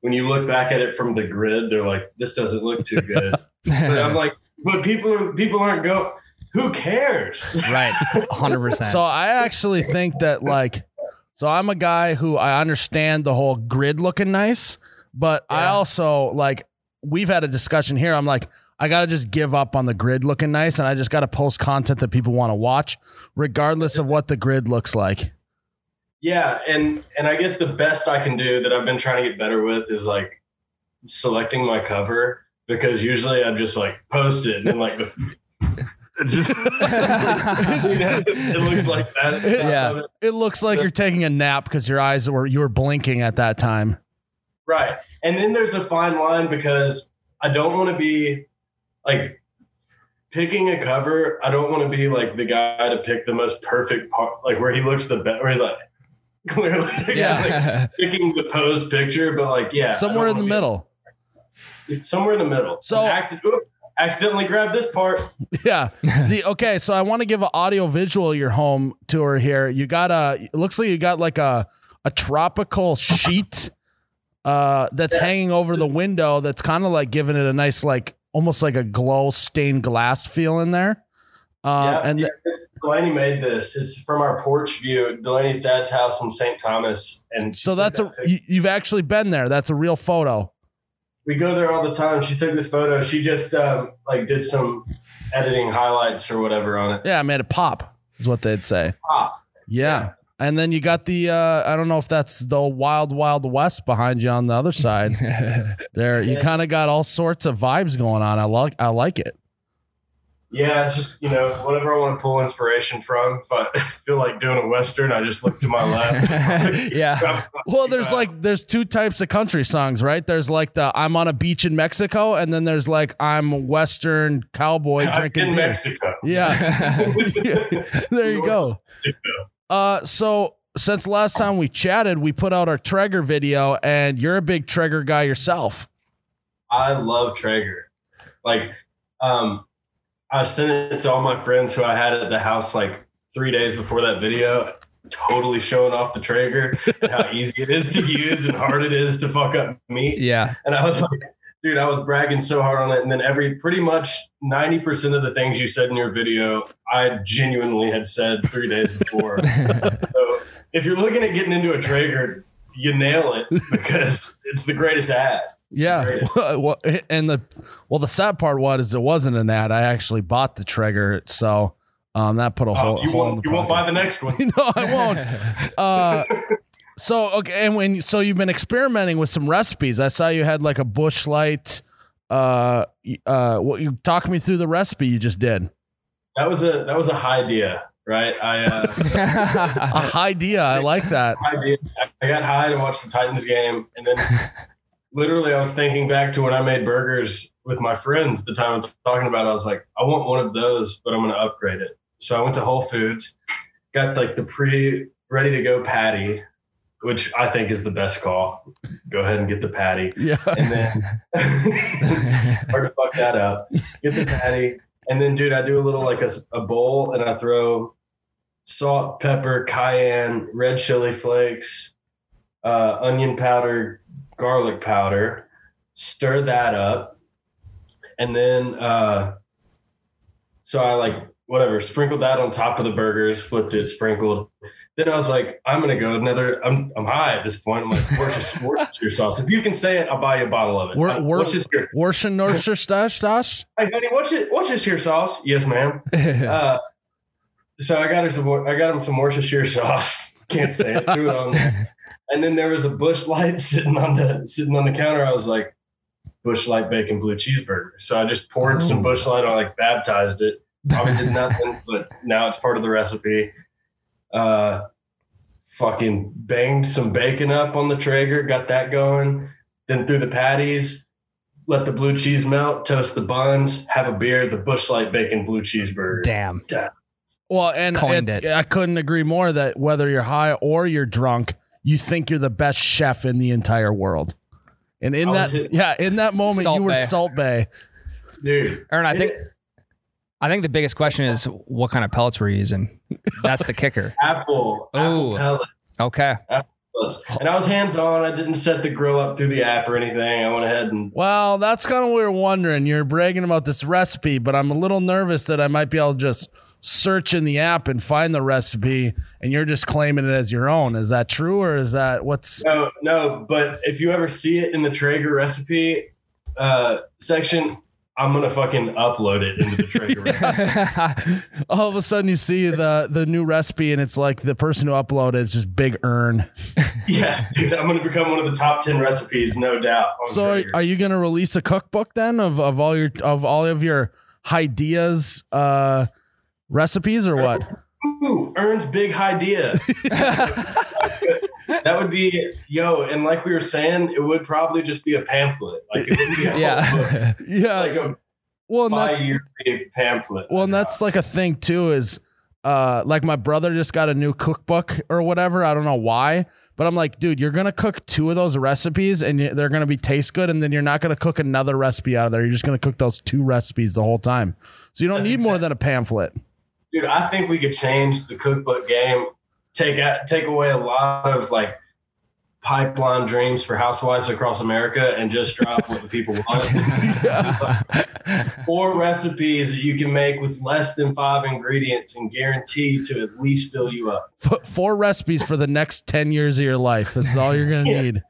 Speaker 5: when you look back at it from the grid, they're like, "This doesn't look
Speaker 1: (laughs)
Speaker 5: too good." but
Speaker 6: (laughs)
Speaker 5: I'm like, "But people, people aren't go. Who cares?"
Speaker 6: right. (laughs) 100%. (laughs)
Speaker 1: So I actually think that like, so I'm a guy who I understand the whole grid looking nice, but I
Speaker 5: Yeah.
Speaker 1: also like we've had a discussion here. I'm like, I gotta just give up on the grid looking nice, and I just gotta post content that people want to watch, regardless of what the grid looks like.
Speaker 5: Yeah, and and I guess the best I can do that I've been trying to get better with is like selecting my cover because usually I'm just like post it and then, like the (laughs) it just (laughs) you know, it looks like that.
Speaker 6: Yeah.
Speaker 1: It looks like you're taking a nap because your eyes were you were blinking at that time.
Speaker 5: Right. And then there's a fine line because I don't want to be like picking a cover. I don't want to be like the guy to pick the most perfect part, like where he looks the best, where he's like (laughs) clearly like,
Speaker 6: (laughs) yeah.
Speaker 5: picking the pose picture, but like, yeah. I don't
Speaker 1: Somewhere in
Speaker 5: wanna
Speaker 1: the
Speaker 5: be-
Speaker 1: middle.
Speaker 5: Somewhere in the middle.
Speaker 1: So-
Speaker 5: An accident, oop, accidentally grabbed this part.
Speaker 1: Yeah. The okay, so I want to give an audio visual of your home tour here. You got a it looks like you got like a a tropical sheet uh that's hanging over the window that's kind of like giving it a nice like almost like a glow stained glass feel in there. Um
Speaker 5: yeah,
Speaker 1: and
Speaker 5: yeah, this- Delaney made this. It's from our porch view, Delaney's dad's house in St. Thomas. And
Speaker 1: so that's a you, you've actually been there. That's a real photo.
Speaker 5: we go there all the time. She took this photo. She just um, like did some editing highlights or whatever on it.
Speaker 1: Yeah, I made it pop is what they'd say.
Speaker 5: Pop.
Speaker 1: Yeah. And then you got the uh, I don't know if that's the wild wild west behind you on the other
Speaker 5: (laughs)
Speaker 1: side. there you kind of got all sorts of vibes going on. I like I like it.
Speaker 5: Yeah, it's just you know, whatever I want to pull inspiration from. If I (laughs) feel like doing a western, I just look to my
Speaker 1: (laughs)
Speaker 5: left. (laughs)
Speaker 6: yeah.
Speaker 1: Well, there's like there's two types of country songs, right? There's like the I'm on a beach in Mexico, and then there's like I'm Western cowboy
Speaker 5: (laughs) I'm
Speaker 1: drinking
Speaker 5: in
Speaker 1: beer.
Speaker 5: Mexico.
Speaker 1: (laughs) Yeah. there you go.
Speaker 5: Mexico.
Speaker 1: Uh, so since last time we chatted, we put out our Traeger video, and you're a big Traeger guy yourself.
Speaker 5: I love Traeger. Like, um, I sent it to all my friends who I had at the house like three days before that video, totally showing off the Traeger
Speaker 1: (laughs)
Speaker 5: and how easy it is to use and hard it is to fuck up meat.
Speaker 6: (laughs) Yeah.
Speaker 5: And I was (laughs) like, dude, I was bragging so hard on it. And then every pretty much 90% of the things you said in your video, I genuinely had said three days before. so if you're looking at getting into a Traeger, you nail it because it's the greatest ad.
Speaker 1: Yeah.
Speaker 5: greatest.
Speaker 1: (laughs) Well, and the well, the sad part was is it wasn't an ad. I actually bought the Traeger, so um, that put a
Speaker 5: Oh,
Speaker 1: whole hole
Speaker 5: you
Speaker 1: in
Speaker 5: won't,
Speaker 1: the
Speaker 5: you won't
Speaker 1: pocket.
Speaker 5: buy the next one.
Speaker 1: (laughs) no, I
Speaker 5: (laughs)
Speaker 1: won't. Uh, so okay, and when so you've been experimenting with some recipes. I saw you had like a bush light. Uh, y- uh, what you talk me through the recipe you just did?
Speaker 5: That was a that was a high idea, right? I uh,
Speaker 1: A high idea. I like that.
Speaker 5: high idea. I got high to watch the Titans game, and then literally I was thinking back to when I made burgers with my friends. The time I was talking about, it, I was like, I want one of those, but I'm going to upgrade it. So I went to Whole Foods, got like the pre ready to go patty, which I think is the best call. Go ahead and get the patty,
Speaker 1: Yeah.
Speaker 5: and then. (laughs) hard to fuck that up. Get the patty, and then, dude, I do a little like a, s- a bowl, and I throw salt, pepper, cayenne, red chili flakes, uh, onion powder, garlic powder. Stir that up, and then uh, so I like whatever sprinkled that on top of the burgers, flipped it, sprinkled. Then I was like, I'm gonna go another. I'm I'm high at this point. I'm like, Worcestershire Worcestershire sauce. If you can say it, I'll buy you a bottle of it.
Speaker 1: Wor-
Speaker 5: Uh,
Speaker 1: wor-
Speaker 5: Worcestershire
Speaker 1: Worship Norshire stash
Speaker 6: (laughs)
Speaker 1: stash.
Speaker 5: Hey, honey, what's it? What's this here sauce? Yes, ma'am. Uh, so I got her some. I got him some Worcestershire (laughs) sauce. Can't say it. Threw it on there. And then there was a bush light (laughs) sitting on the sitting on the counter. I was like, bush light bacon blue cheeseburger. So I just poured some bush light on, like baptized it. Probably did nothing, but now it's part of the recipe. Uh, fucking banged some bacon up on the Traeger, got that going. Then threw the patties, let the blue cheese melt, toast the buns, have a beer, the Bushlight Bacon Blue Cheeseburger.
Speaker 6: Damn.
Speaker 1: Well, and
Speaker 6: Coined
Speaker 1: it-
Speaker 6: it.
Speaker 1: I couldn't agree more that whether you're high or you're drunk, you think you're the best chef in the entire world. And in
Speaker 5: I
Speaker 1: that,
Speaker 5: was hit-
Speaker 1: yeah, in that moment,
Speaker 6: Salt
Speaker 1: you were
Speaker 6: Bae.
Speaker 1: Salt Bay.
Speaker 5: Dude,
Speaker 6: Aaron, I think I think the biggest question is what kind of pellets we're using. That's the kicker.
Speaker 5: apple, apple
Speaker 6: Ooh.
Speaker 5: pellets.
Speaker 6: Okay. (laughs)
Speaker 5: And I was hands on. I didn't set the grill up through the app or anything. I went ahead and
Speaker 1: Well, that's kind of what we were wondering. You're bragging about this recipe, but I'm a little nervous that I might be able to just search in the app and find the recipe, and you're just claiming it as your own. Is that true, or is that what's?
Speaker 5: No, no, but if you ever see it in the Traeger recipe uh, section, I'm gonna fucking upload it into the
Speaker 1: (laughs)
Speaker 5: Traeger recipe.
Speaker 1: All of a sudden, you see the the new recipe, and it's like the person who uploaded it's just big urn.
Speaker 5: Yes, dude, I'm gonna become one of the top ten recipes, no doubt. on
Speaker 1: So, are,
Speaker 5: Traeger.
Speaker 1: are you going to release a cookbook then of, of all your of all of your ideas, uh, recipes, or what?
Speaker 5: Ooh, earns big
Speaker 1: (laughs)
Speaker 5: idea. that would be yo, and like we were saying, it would probably just be a pamphlet. Like it would
Speaker 1: (laughs)
Speaker 5: be a whole book,
Speaker 6: yeah.
Speaker 1: Yeah.
Speaker 5: like a
Speaker 1: Well, and that's
Speaker 5: five year big pamphlet.
Speaker 1: Well, and that's like a thing too is uh like my brother just got a new cookbook or whatever. I don't know why, but I'm like, dude, you're going to cook two of those recipes and you- they're going to be taste good and then you're not going to cook another recipe out of there. You're just going to cook those two recipes the whole time. So you don't
Speaker 5: That's
Speaker 1: need more than a pamphlet.
Speaker 5: dude, I think we could change the cookbook game. Take out, take away a lot of like pipeline dreams for housewives across America, and just drop what the people want. Four recipes that you can make with less than five ingredients and guarantee to at least fill you up.
Speaker 1: F- four recipes for the next 10 years of your life. That's all you're going to
Speaker 5: Yeah.
Speaker 1: need.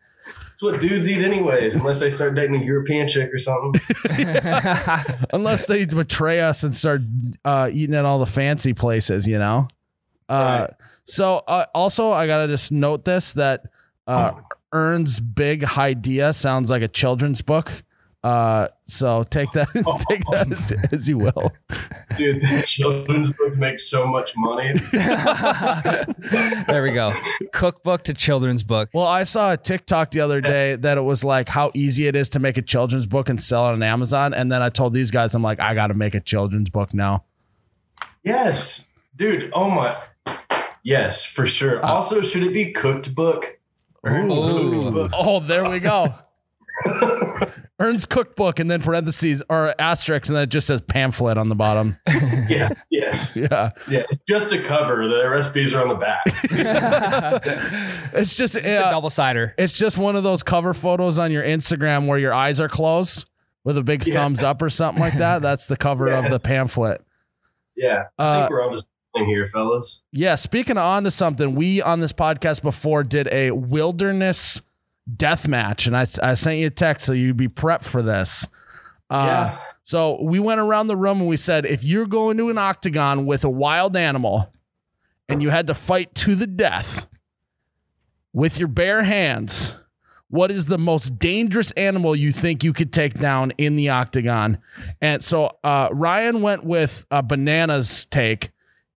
Speaker 5: It's what dudes eat anyways, unless they start dating a European chick or something.
Speaker 1: Unless they betray us and start uh, eating at all the fancy places, you know? Uh,
Speaker 5: Right.
Speaker 1: So uh, also, I gotta just note this that uh, Ern's Big Idea sounds like a children's book. Uh, so take that, (laughs) take that as, as you will.
Speaker 5: Dude, (laughs) children's books make so much money.
Speaker 6: there we go. Cookbook to children's book.
Speaker 1: Well, I saw a TikTok the other day that it was like how easy it is to make a children's book and sell it on Amazon. And then I told these guys, I'm like, I got to make a children's book now.
Speaker 5: Yes, dude. Oh my. Yes, for sure.
Speaker 1: Ah.
Speaker 5: Also, should it be cooked book? Ernst
Speaker 6: Ooh.
Speaker 1: (laughs)
Speaker 5: cooked book.
Speaker 1: Oh, there we go. (laughs) Ern's cookbook and then parentheses or asterisks and then it just says pamphlet on the bottom. (laughs)
Speaker 5: Yeah. Yes.
Speaker 1: Yeah.
Speaker 5: Yeah. It's Just a cover. The recipes are on the back.
Speaker 1: It's just
Speaker 6: It's a
Speaker 1: uh,
Speaker 6: double cider.
Speaker 1: it's just one of those cover photos on your Instagram where your eyes are closed with a big
Speaker 5: Yeah.
Speaker 1: thumbs up or something like that. That's the cover of
Speaker 5: Yeah.
Speaker 1: the pamphlet.
Speaker 5: Yeah. I
Speaker 1: Uh,
Speaker 5: think we're on to something here, fellas.
Speaker 1: Yeah, speaking on to something, we on this podcast before did a wilderness death match, and I, I sent you a text so you'd be prepped for this. Uh,
Speaker 5: yeah.
Speaker 1: So we went around the room and we said, if you're going to an octagon with a wild animal and you had to fight to the death with your bare hands, what is the most dangerous animal you think you could take down in the octagon? And so uh, Ryan went with a banana's take.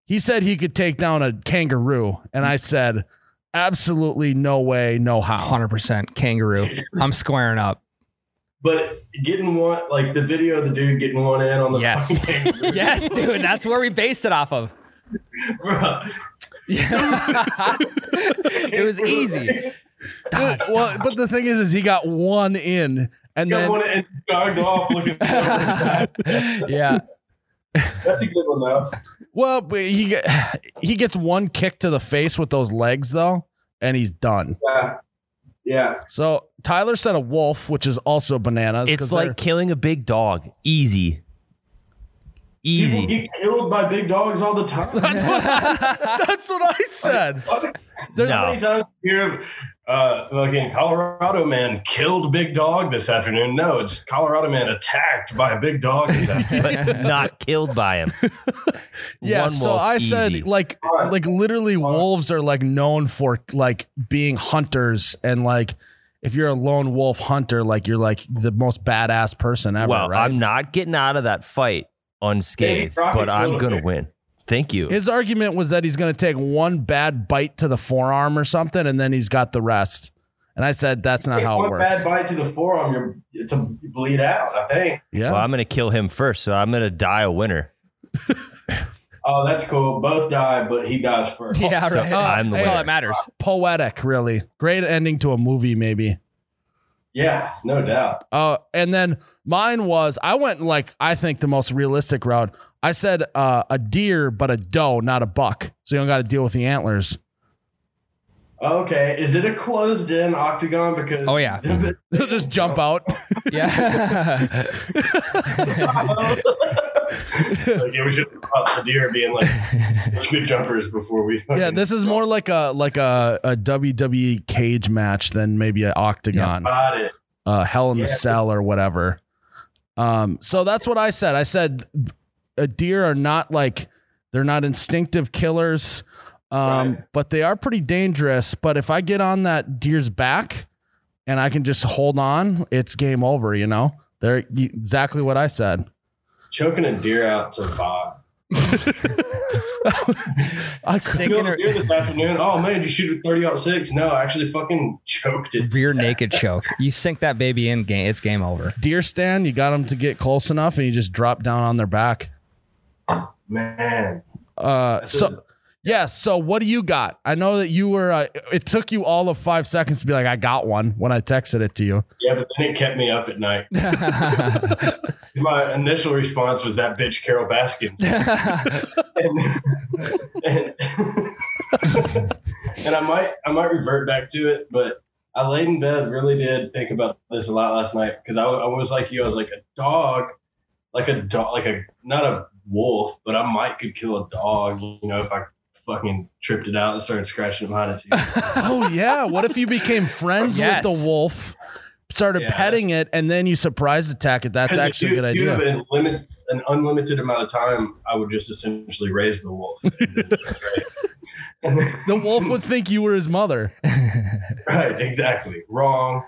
Speaker 1: He said he could take down a kangaroo. And I said, absolutely no way, no how.
Speaker 6: 100% kangaroo. I'm squaring up.
Speaker 5: But getting one, like the video of the dude getting one in on the
Speaker 6: Yes.
Speaker 5: fucking kangaroo.
Speaker 6: (laughs) Yes, dude. That's where we based it off of. (laughs)
Speaker 5: (laughs) Bruh.
Speaker 6: it was
Speaker 5: (laughs)
Speaker 6: easy. (laughs)
Speaker 1: well, but the thing is, is he got one in. And
Speaker 5: Got
Speaker 1: then
Speaker 5: one and jogged off looking.
Speaker 6: yeah.
Speaker 5: That's a good one though.
Speaker 1: Well, but he get, (sighs) he gets one kick to the face with those legs though, and he's done.
Speaker 5: Yeah. Yeah.
Speaker 1: So Tyler said a wolf, which is also bananas. 'cause
Speaker 2: It's
Speaker 1: they're-
Speaker 2: like killing a big dog. Easy.
Speaker 5: People
Speaker 2: Easy.
Speaker 5: get killed by big dogs all the time.
Speaker 1: that's what I, (laughs) that's
Speaker 2: (laughs)
Speaker 1: what I said. There's-
Speaker 5: How many times you hear of uh, like in Colorado man killed big dog this afternoon? No, it's Colorado man attacked by a big
Speaker 1: (laughs)
Speaker 5: dog this afternoon.
Speaker 2: but not killed by him.
Speaker 1: Yeah,
Speaker 2: One
Speaker 1: so
Speaker 2: wolf,
Speaker 1: I
Speaker 2: easy.
Speaker 1: said like
Speaker 5: Alright.
Speaker 1: like literally
Speaker 5: Alright.
Speaker 1: wolves are like known for like being hunters and like if you're a lone wolf hunter, like you're like the most badass person ever,
Speaker 2: well,
Speaker 1: right?
Speaker 2: I'm not getting out of that fight unscathed,
Speaker 5: Hey, Rocky
Speaker 2: but I'm
Speaker 5: killed
Speaker 2: gonna
Speaker 5: him.
Speaker 2: win. Thank you.
Speaker 1: His argument was that he's going to take one bad bite to the forearm or something, and then he's got the rest. And I said, that's not
Speaker 5: Hey,
Speaker 1: how it
Speaker 5: one
Speaker 1: works.
Speaker 5: bad bite to the forearm, you're it's a you bleed out. I think.
Speaker 1: Yeah.
Speaker 2: Well,
Speaker 1: (laughs)
Speaker 2: I'm gonna kill him first, so I'm gonna die a winner.
Speaker 5: Oh, that's cool. Both die, but he dies first.
Speaker 6: Yeah,
Speaker 2: So
Speaker 6: right.
Speaker 2: I'm the
Speaker 6: That's all
Speaker 2: winner.
Speaker 6: that matters.
Speaker 1: Poetic, really. Great ending to a movie, maybe.
Speaker 5: Yeah, no doubt.
Speaker 1: Uh, and then mine was I went like I think the most realistic route. I said uh, a deer, but a doe, not a buck. So you don't got to deal with the antlers. (laughs)
Speaker 5: Okay, is it a closed in octagon? Because (laughs)
Speaker 6: Oh, yeah.
Speaker 1: They'll just jump out.
Speaker 6: Yeah. (laughs)
Speaker 5: like, yeah, we should pop the deer being like (laughs) good jumpers before we.
Speaker 1: yeah, this is more like a like a, a WWE cage match than maybe an octagon.
Speaker 5: Got it.
Speaker 1: uh, Hell in the
Speaker 5: Yeah.
Speaker 1: Cell or whatever. Um, so that's what I said. I said uh, deer are not like they're not instinctive killers, um,
Speaker 5: Right.
Speaker 1: but they are pretty dangerous. But if I get on that deer's back and I can just hold on, it's game over. You know, they're e, exactly what I said.
Speaker 5: Choking a deer out to vibe.
Speaker 1: I
Speaker 6: Sick.
Speaker 1: could,
Speaker 5: Killed
Speaker 6: her-
Speaker 5: a deer this afternoon. Oh man, did you shoot a thirty out six? No, I actually fucking choked it.
Speaker 6: Rear naked choke. You sink that baby in, game. It's game over. (laughs)
Speaker 1: deer stand. You got them to get close enough, and you just drop down on their back.
Speaker 5: Man,
Speaker 1: Uh,
Speaker 5: That's
Speaker 1: so
Speaker 5: it.
Speaker 1: yeah. So what do you got? I know that you were. Uh, it took you all of five seconds to be like, I got one when I texted it to you.
Speaker 5: yeah, but then it kept me up at night. (laughs) My initial response was that bitch Carol Baskin, and, and, and (laughs) I might I might revert back to it, but I laid in bed really did think about this a lot last night because I, I was like you, I was like a dog, like a dog, like a not a wolf, but I might could kill a dog, you know, if I fucking tripped it out and started scratching behind its teeth.
Speaker 1: oh yeah. What if you became friends
Speaker 6: Yes.
Speaker 1: with the wolf, started
Speaker 5: Yeah.
Speaker 1: petting it, and then you surprise attack it? That's
Speaker 5: Because
Speaker 1: actually
Speaker 5: (laughs) you-
Speaker 1: a good idea.
Speaker 5: you have an,
Speaker 1: (laughs)
Speaker 5: (laughs) limit, an unlimited amount of time. I would just essentially raise the wolf.
Speaker 1: The wolf would think you were his mother. (laughs)
Speaker 5: right, exactly. Wrong.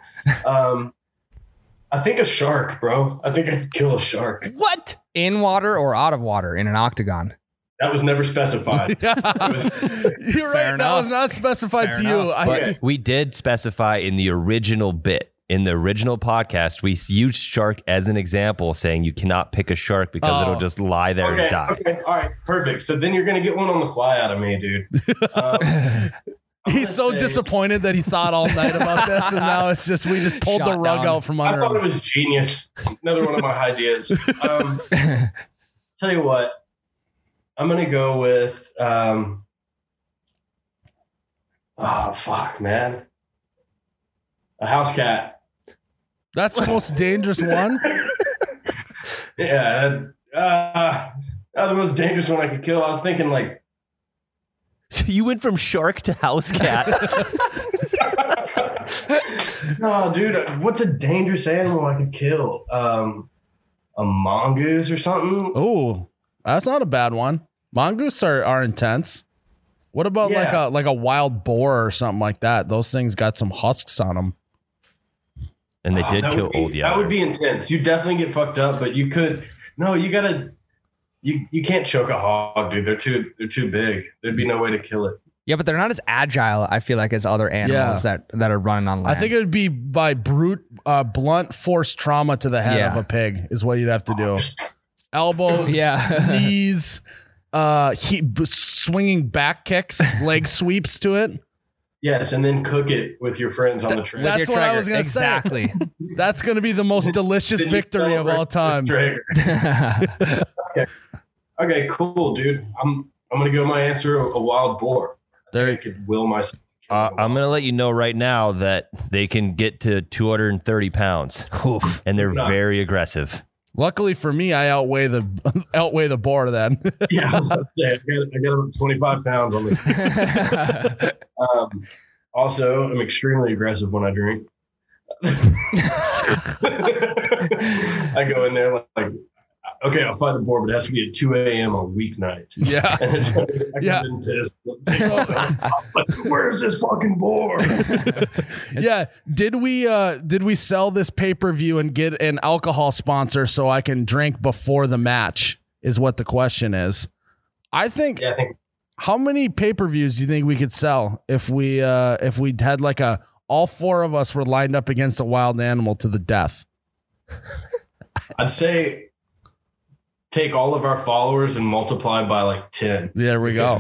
Speaker 5: Um, I think a shark, bro. I think I'd kill a shark.
Speaker 6: What? In water or out of water in an octagon?
Speaker 5: That was never
Speaker 1: (laughs) (laughs)
Speaker 5: specified.
Speaker 1: You're right. that
Speaker 6: enough.
Speaker 1: was not specified
Speaker 6: Fair
Speaker 1: to you.
Speaker 6: enough.
Speaker 1: I,
Speaker 2: But we did specify in the original bit, in the original podcast, we used shark as an example, saying you cannot pick a shark because
Speaker 1: Oh.
Speaker 2: it'll just lie there
Speaker 5: okay,
Speaker 2: and die.
Speaker 5: okay, all right, perfect. So then you're gonna get one on the fly out of me,
Speaker 1: (laughs)
Speaker 5: dude. Um, I'm
Speaker 1: he's
Speaker 5: gonna
Speaker 1: so
Speaker 5: say-
Speaker 1: disappointed that he thought all night about this, and now it's just we just pulled the
Speaker 6: Shot
Speaker 1: rug
Speaker 6: down.
Speaker 1: out from
Speaker 5: I
Speaker 1: under
Speaker 5: thought it
Speaker 1: him.
Speaker 5: was genius. Another one of my ideas. Um, tell you what, I'm gonna go with. Um, oh fuck, man! A house cat.
Speaker 1: That's the most dangerous
Speaker 5: (laughs)
Speaker 1: one.
Speaker 5: Yeah, that- uh, that was the most dangerous one I could kill. I was thinking like,
Speaker 2: (laughs) So you went from shark to house cat.
Speaker 5: (laughs) no, dude, what's a dangerous animal I could kill? Um, a mongoose or something?
Speaker 1: Oh, that's not a bad one. Mongoose are, are intense. What about like a
Speaker 5: Yeah.
Speaker 1: like a wild boar or something like that? Those things got some husks on them.
Speaker 2: and they
Speaker 5: Oh,
Speaker 2: did
Speaker 5: that
Speaker 2: kill
Speaker 5: would be-
Speaker 2: old
Speaker 5: That
Speaker 2: Yeller.
Speaker 5: would be intense. You definitely get fucked up, but you could. No, you gotta. You you can't choke a hog, dude. They're too they're too big. There'd be no way to kill it.
Speaker 6: Yeah, but they're not as agile, I feel like, as other animals that, that are running on
Speaker 1: I
Speaker 6: land.
Speaker 1: think it would be by brute, uh, blunt force trauma to the head
Speaker 6: Yeah.
Speaker 1: of a pig is what you'd have to do. Elbows,
Speaker 6: (laughs) yeah.
Speaker 1: knees, uh, he, b- swinging back kicks, leg sweeps to it.
Speaker 5: Yes, and then cook it with your friends on the trail.
Speaker 1: That's
Speaker 6: With
Speaker 1: what I was gonna say.
Speaker 6: exactly.
Speaker 1: That's going to be the most delicious
Speaker 5: Then you
Speaker 1: victory of
Speaker 5: celebrate
Speaker 1: all
Speaker 5: with
Speaker 1: time.
Speaker 5: Traeger. Okay, cool, dude. I'm I'm gonna go my answer a, a wild boar. I
Speaker 1: (laughs) There,
Speaker 5: could will myself.
Speaker 2: Uh, I'm going to let you know right now that they can get to 230 pounds
Speaker 6: Oof.
Speaker 2: and they're
Speaker 5: Yeah.
Speaker 2: very aggressive.
Speaker 1: luckily for me, I outweigh the (laughs) outweigh the boar. Then
Speaker 5: yeah, I, was about to say, I got I got about 25 pounds on this. Um, also, I'm extremely aggressive when I drink. (laughs) I go in there like, like, okay, I'll fight the board, but it has to be at 2 a.m. on a weeknight.
Speaker 1: yeah.
Speaker 5: And it's, I
Speaker 1: Yeah.
Speaker 5: yeah. pissed. (laughs) Like, Where's this fucking board?
Speaker 1: yeah did we uh did we sell this pay-per-view and get an alcohol sponsor so i can drink before the match is what the question is i think
Speaker 5: Yeah, I think
Speaker 1: how many pay-per-views do you think we could sell if we uh if we had like a all four of us were lined up against a wild animal to the death
Speaker 5: I'd say take all of our followers and multiply by like 10.
Speaker 1: there we go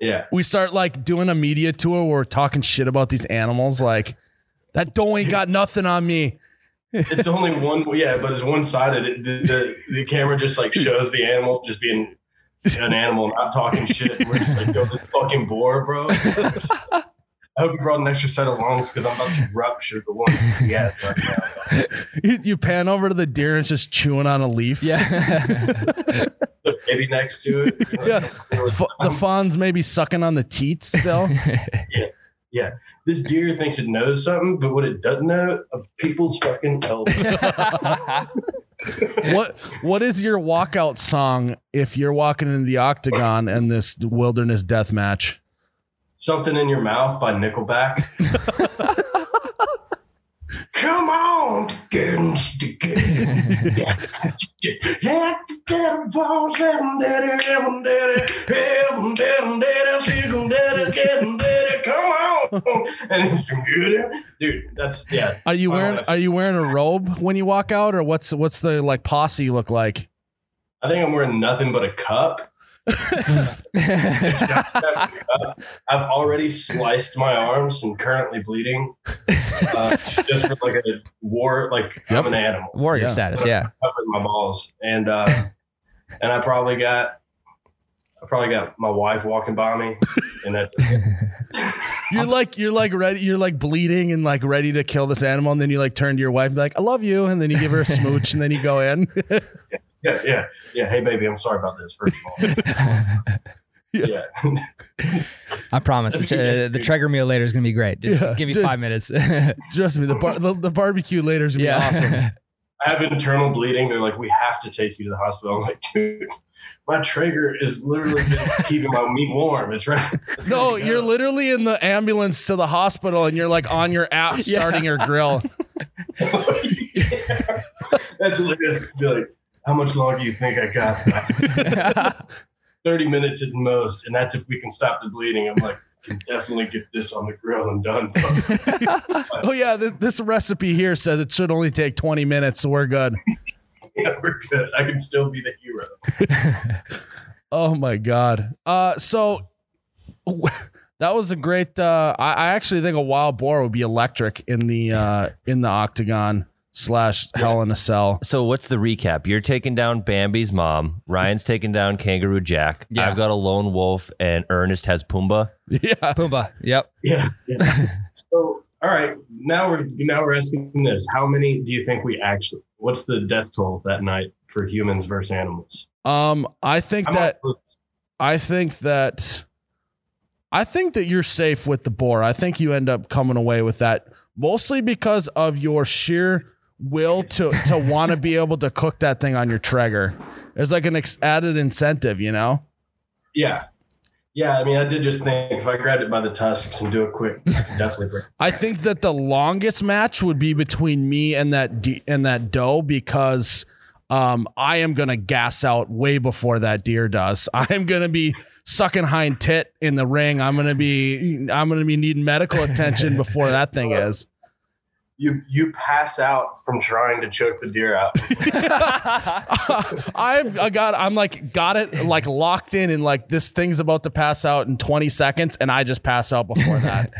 Speaker 5: Yeah.
Speaker 1: we start like doing a media tour where we're talking shit about these animals like that doe ain't got nothing on me
Speaker 5: It's only one. Yeah, but it's one sided. It, the, the, the camera just like shows the animal just being an animal, not talking shit. We're just like, yo, this fucking boar, bro. I hope you brought an extra set of lungs because I'm about to rupture the ones he has right now.
Speaker 1: you, you pan over to the deer and it's just chewing on a leaf (laughs)
Speaker 6: (laughs) yeah.
Speaker 5: The baby uh, next to it.
Speaker 1: Yeah. F- the fawns maybe sucking on the teat still.
Speaker 5: This deer thinks it knows something, but what it doesn't know, a people's fucking elbow.
Speaker 1: what What is your walkout song if you're walking in the octagon and this wilderness death match?
Speaker 5: Something in your mouth by Nickelback. Come on, kittens, to kittens. Yeah, daddy falls, heaven, daddy, heaven, daddy, heaven, daddy, daddy, season, daddy, daddy, daddy, come on. And it's good. Dude, that's, yeah.
Speaker 1: Are you
Speaker 5: My
Speaker 1: wearing
Speaker 5: wife.
Speaker 1: Are you wearing a robe when you walk out, or what's What's the like posse look like?
Speaker 5: I think I'm wearing nothing but a cup. I've already sliced my arms and currently bleeding. Uh, just for like a war, like
Speaker 1: Yep.
Speaker 5: I'm an animal.
Speaker 6: Warrior
Speaker 1: Yeah.
Speaker 6: status, yeah. (laughs)
Speaker 5: covering my balls, and uh, and I probably got, I probably got my wife walking by me, and that
Speaker 1: You're like you're like ready. You're like bleeding and like ready to kill this animal, and then you like turn to your wife and be like, "I love you," and then you give her a smooch, and then you go in. (laughs)
Speaker 5: yeah, yeah, yeah. Hey, baby, I'm sorry about this. First of all, yeah,
Speaker 6: I promise. The, uh, the Traeger meal later is going to be great. Just
Speaker 1: Yeah.
Speaker 6: give me
Speaker 1: Just-
Speaker 6: five minutes. (laughs) (laughs)
Speaker 1: Trust me, the bar- the, the barbecue later is gonna be awesome.
Speaker 6: yeah.
Speaker 5: I have internal bleeding. They're like, we have to take you to the hospital. I'm like, dude, my trigger is literally just keeping my meat warm. It's right.
Speaker 1: No, you're literally in the ambulance to the hospital and you're like on your app
Speaker 6: (laughs) Yeah.
Speaker 1: starting your
Speaker 6: (laughs)
Speaker 1: grill.
Speaker 5: yeah. That's hilarious. Be like, how much longer you think I got?
Speaker 1: (laughs)
Speaker 5: Thirty minutes at most, and that's if we can stop the bleeding. I'm like, can definitely get this on the grill and done.
Speaker 1: Oh yeah, this, this recipe here says it should only take 20 minutes, so we're good.
Speaker 5: (laughs) yeah, we're good. I can still be the hero.
Speaker 1: Oh my god. Uh, so (laughs) that was a great. Uh, I, I actually think a wild boar would be electric in the uh, in the octagon slash hell in a cell. (laughs)
Speaker 2: So what's the recap? You're taking down Bambi's mom. Ryan's taking down Kangaroo Jack.
Speaker 6: Yeah.
Speaker 2: I've got a lone wolf, and Ernest has Pumbaa.
Speaker 1: Yeah.
Speaker 6: (laughs) Pumbaa.
Speaker 2: (laughs)
Speaker 6: Yep.
Speaker 5: Yeah. yeah. so, all right, now we're now we're asking this: How many do you think we actually? What's the death toll that night for humans versus animals?
Speaker 1: Um, I think
Speaker 5: I'm
Speaker 1: that
Speaker 5: not-
Speaker 1: I think that I think that you're safe with the boar. I think you end up coming away with that mostly because of your sheer will to to want to be able to cook that thing on your Traeger. There's like an ex- added incentive, you know.
Speaker 5: yeah. Yeah, I mean, I did just think if I grabbed it by the tusks and do a quick, I could definitely break.
Speaker 1: I think that the longest match would be between me and that de- and that doe because um, I am gonna gas out way before that deer does. (laughs) I am gonna be sucking hind tit in the ring. I'm gonna be I'm gonna be needing medical attention before that thing is. (laughs)
Speaker 5: You you pass out from trying to choke the deer (laughs) out.
Speaker 1: I've I got I'm like got it like locked in and like this thing's about to pass out in 20 seconds and I just pass out before that.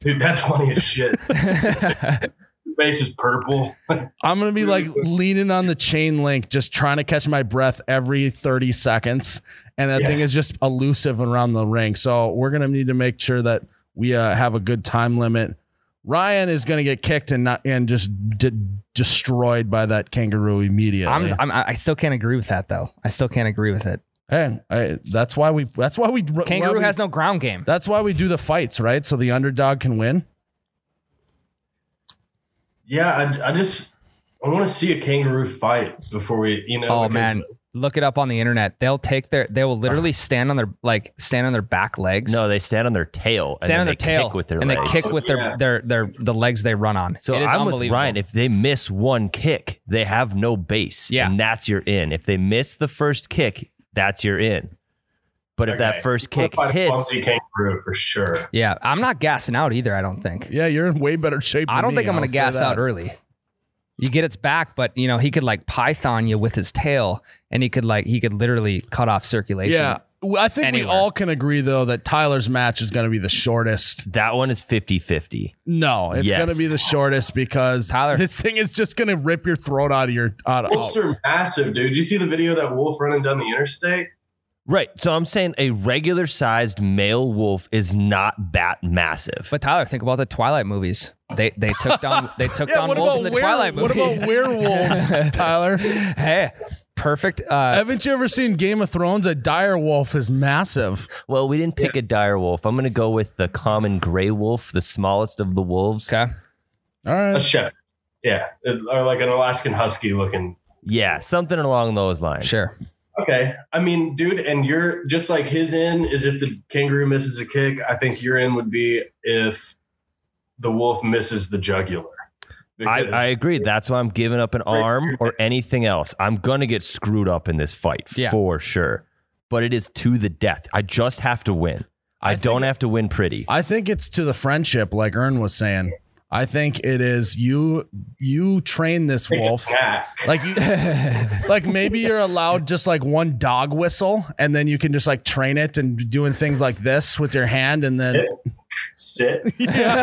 Speaker 5: Dude, that's funny as (laughs) shit. Your face is purple.
Speaker 1: I'm gonna be like leaning on the chain link, just trying to catch my breath every 30 seconds, and that
Speaker 5: Yeah.
Speaker 1: thing is just elusive around the ring. So we're gonna need to make sure that we uh, have a good time limit. Ryan is gonna get kicked and not and just de- destroyed by that kangaroo immediately.
Speaker 6: I'm, I'm, I still can't agree with that though. I still can't agree with it.
Speaker 1: hey, I, that's why we. That's why we.
Speaker 6: Kangaroo
Speaker 1: why we-
Speaker 6: has no ground game.
Speaker 1: That's why we do the fights, right? So the underdog can win.
Speaker 5: Yeah, I, I just I want to see a kangaroo fight before we, you know.
Speaker 6: Oh
Speaker 5: because-
Speaker 6: man, look it up on the internet. They'll take their. They will literally stand on their like stand on their back legs.
Speaker 2: No, they stand on their tail. and
Speaker 6: stand
Speaker 2: then
Speaker 6: on their
Speaker 2: they
Speaker 6: tail
Speaker 2: kick with their
Speaker 6: and
Speaker 2: legs.
Speaker 6: they kick with their,
Speaker 5: Yeah.
Speaker 6: their their the legs they run on.
Speaker 2: So
Speaker 6: it is
Speaker 2: I'm with
Speaker 6: unbelievable.
Speaker 2: Ryan. If they miss one kick, they have no base.
Speaker 6: Yeah.
Speaker 2: And that's your in. If they miss the first kick, that's your in. But if
Speaker 5: Okay.
Speaker 2: that first
Speaker 5: I wanna
Speaker 2: kick
Speaker 5: fight a
Speaker 2: hits,
Speaker 5: clumsy kangaroo for sure.
Speaker 6: yeah, I'm not gassing out either. I don't think.
Speaker 1: Yeah, you're in way better shape.
Speaker 6: I
Speaker 1: than
Speaker 6: don't
Speaker 1: me,
Speaker 6: think I'm going
Speaker 1: I'll
Speaker 6: to
Speaker 1: say
Speaker 6: gas
Speaker 1: that.
Speaker 6: out early. You get its back, but you know he could like python you with his tail, and he could like he could literally cut off circulation.
Speaker 1: Yeah, Well, I think we
Speaker 6: Anywhere.
Speaker 1: all can agree though that Tyler's match is going to be the shortest.
Speaker 2: that one is 50 50.
Speaker 1: No, it's
Speaker 2: Yes.
Speaker 1: going to be the shortest because
Speaker 6: Tyler-
Speaker 1: this thing is just going to rip your throat out of your. Out of,
Speaker 2: Oh.
Speaker 5: Wolves are massive, dude. You see the video of that wolf running down the interstate?
Speaker 2: Right. So I'm saying a regular sized male wolf is not that massive.
Speaker 6: But Tyler, think about the Twilight movies. They they
Speaker 1: (laughs)
Speaker 6: took down they took
Speaker 1: yeah,
Speaker 6: down
Speaker 1: what
Speaker 6: wolves
Speaker 1: about,
Speaker 6: in the
Speaker 1: were-
Speaker 6: Twilight
Speaker 1: what
Speaker 6: movie.
Speaker 1: about
Speaker 6: (laughs)
Speaker 1: werewolves, Tyler?
Speaker 6: hey, perfect. Uh,
Speaker 1: Haven't you ever seen Game of Thrones? A dire wolf is massive.
Speaker 2: well, we didn't pick a dire wolf. I'm going to go with the common gray wolf, the smallest of the wolves.
Speaker 6: okay.
Speaker 1: All
Speaker 5: A
Speaker 1: right.
Speaker 5: shepherd. Yeah, or like an Alaskan husky looking.
Speaker 2: Yeah, something along those lines.
Speaker 6: Sure. (laughs)
Speaker 5: Okay, I mean, dude, and you're just like his in is if the kangaroo misses a kick. I think your in would be if the wolf misses the jugular.
Speaker 2: I,
Speaker 5: Because-
Speaker 2: I agree. That's why I'm giving up an
Speaker 5: Right.
Speaker 2: arm or anything else. I'm gonna get screwed up in this fight
Speaker 6: Yeah.
Speaker 2: for sure. But it is to the death. I just have to win. I,
Speaker 1: I think-
Speaker 2: don't have to win pretty.
Speaker 1: I think it's to the friendship, like Ern was saying. I think it is you. You train this
Speaker 5: (laughs)
Speaker 1: wolf.
Speaker 5: Yeah.
Speaker 1: Like you, like maybe you're allowed just like one dog whistle, and then you can just like train it and be doing things like this with your hand, and then
Speaker 5: sit.
Speaker 1: (laughs)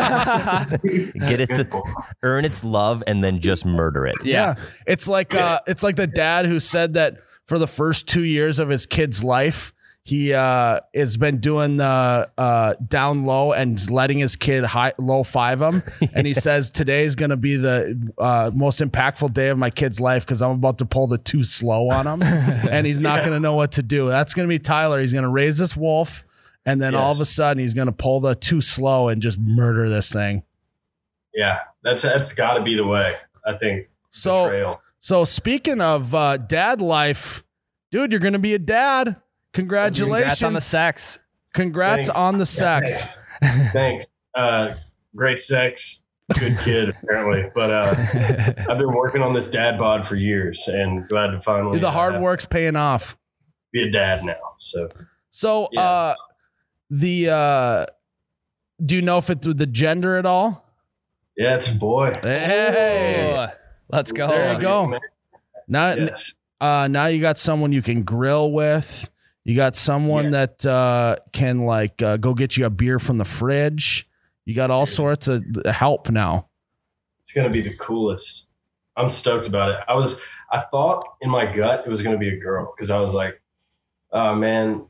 Speaker 2: Get it to earn its love and then just murder it.
Speaker 1: yeah, it's like uh, it's like the dad who said that for the first two years of his kid's life, he uh has been doing the uh down low and letting his kid high low five (laughs) him, and he says today is gonna be the uh most impactful day of my kid's life because I'm about to pull the too slow on (laughs) him, and he's not gonna know what to do. That's gonna be Tyler. He's gonna raise this wolf. And then all of a sudden, he's going to pull the too slow and just murder this thing.
Speaker 5: yeah, that's that's got to be the way. I think
Speaker 1: So
Speaker 5: betrayal.
Speaker 1: so speaking of uh, dad life, dude, you're gonna be a dad. Congratulations.
Speaker 6: Congrats on
Speaker 1: (laughs)
Speaker 6: the sex. (laughs)
Speaker 1: Congrats
Speaker 5: Thanks.
Speaker 1: on the sex.
Speaker 5: Thanks. Uh, great sex, good
Speaker 1: (laughs)
Speaker 5: kid apparently. But uh, I've been working on this dad bod for years, and glad to finally
Speaker 1: Dude, the
Speaker 5: uh,
Speaker 1: hard work's paying off.
Speaker 5: be a dad now. So
Speaker 1: So
Speaker 5: Yeah.
Speaker 1: uh the uh do you know if it's with the gender at all?
Speaker 5: yeah, it's a boy.
Speaker 1: Hey.
Speaker 6: Oh, let's go.
Speaker 1: There you go. Now
Speaker 5: Yes.
Speaker 1: uh now you got someone you can grill with. You got someone that uh can like uh, go get you a beer from the fridge. You got all sorts of uh, help now.
Speaker 5: It's gonna be the coolest. I'm stoked about it. I was I thought in my gut it was gonna be a girl because I was like, oh man,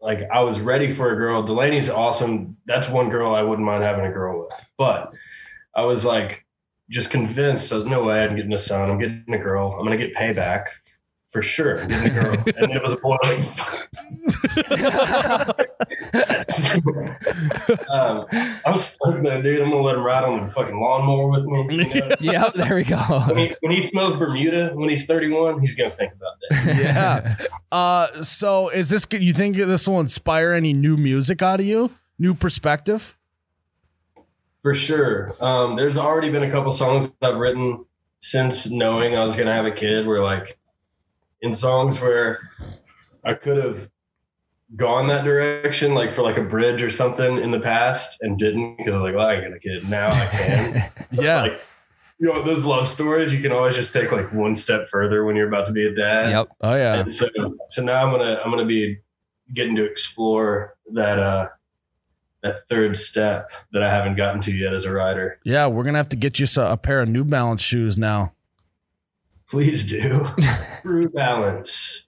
Speaker 5: like I was ready for a girl. Delaney's awesome. That's one girl I wouldn't mind having a girl with. But I was like just convinced there's no way I'm getting a son. I'm getting a girl. I'm gonna get payback for sure. I'm getting a girl. and it was a boy (laughs) I was like fuck. um, I'm stoked though, dude. I'm gonna let him ride on the fucking lawnmower with me. you know?
Speaker 6: yep, there we
Speaker 5: when
Speaker 6: go.
Speaker 5: he when he smells Bermuda when he's 31, he's gonna think about that.
Speaker 1: Yeah. uh so is this you think this will inspire any new music out of you? New perspective?
Speaker 5: For sure. Um, there's already been a couple songs that I've written since knowing I was gonna have a kid where like in songs where I could have gone that direction, like for like a bridge or something in the past and didn't because I was like, well, I ain't gonna kid. Now I (laughs) can.
Speaker 1: Yeah.
Speaker 5: Like, you know, those love stories, you can always just take like one step further when you're about to be a
Speaker 1: (laughs)
Speaker 5: dad.
Speaker 6: (laughs) yep. (laughs)
Speaker 1: oh yeah.
Speaker 5: And so so now I'm gonna I'm gonna be getting to explore that uh that third step that I haven't gotten to yet as a rider.
Speaker 1: Yeah, we're going to have to get you so- a pair of New Balance shoes (laughs) now. (laughs)
Speaker 5: Please do. Brew balance.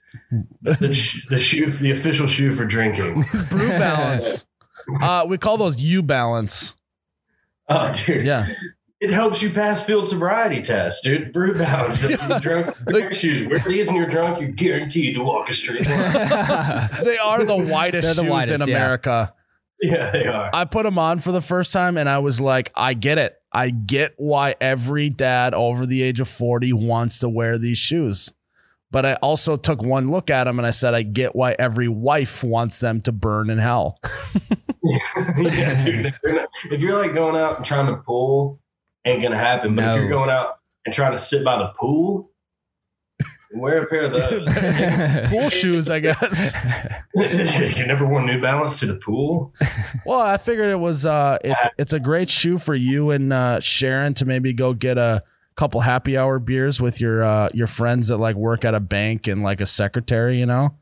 Speaker 5: The, sh- the shoe the official shoe
Speaker 1: (laughs)
Speaker 5: for drinking.
Speaker 1: Brew Balance. uh we call those U Balance.
Speaker 5: Oh dude.
Speaker 1: Yeah.
Speaker 5: It helps you pass field sobriety tests, dude. Brew balance. If
Speaker 1: (laughs)
Speaker 5: you're drunk, wear shoes. Wear these and you're drunk, you're guaranteed to walk a straight
Speaker 1: (laughs)
Speaker 5: line.
Speaker 1: they are the widest
Speaker 6: They're the
Speaker 1: shoes
Speaker 6: widest,
Speaker 1: in
Speaker 6: yeah.
Speaker 1: America.
Speaker 5: yeah, they are.
Speaker 1: I put them on for the first time and I was like, I get it. I get why every dad over the age of 40 wants to wear these shoes. But I also took one look at them and I said, I get why every wife wants them to burn in hell.
Speaker 5: (laughs) yeah, dude. If you're, not- if you're like going out and trying to pull, ain't gonna happen. But if
Speaker 6: No.
Speaker 5: you're going out and trying to sit by the pool, wear a pair of
Speaker 6: (laughs)
Speaker 5: those.
Speaker 1: Cool shoes, I guess.
Speaker 5: you never wore New Balance to the pool.
Speaker 1: Well, I figured it was uh it's it's a great shoe for you and uh Sharon to maybe go get a couple happy hour beers with your uh your friends that like work at a bank and like a secretary, you know?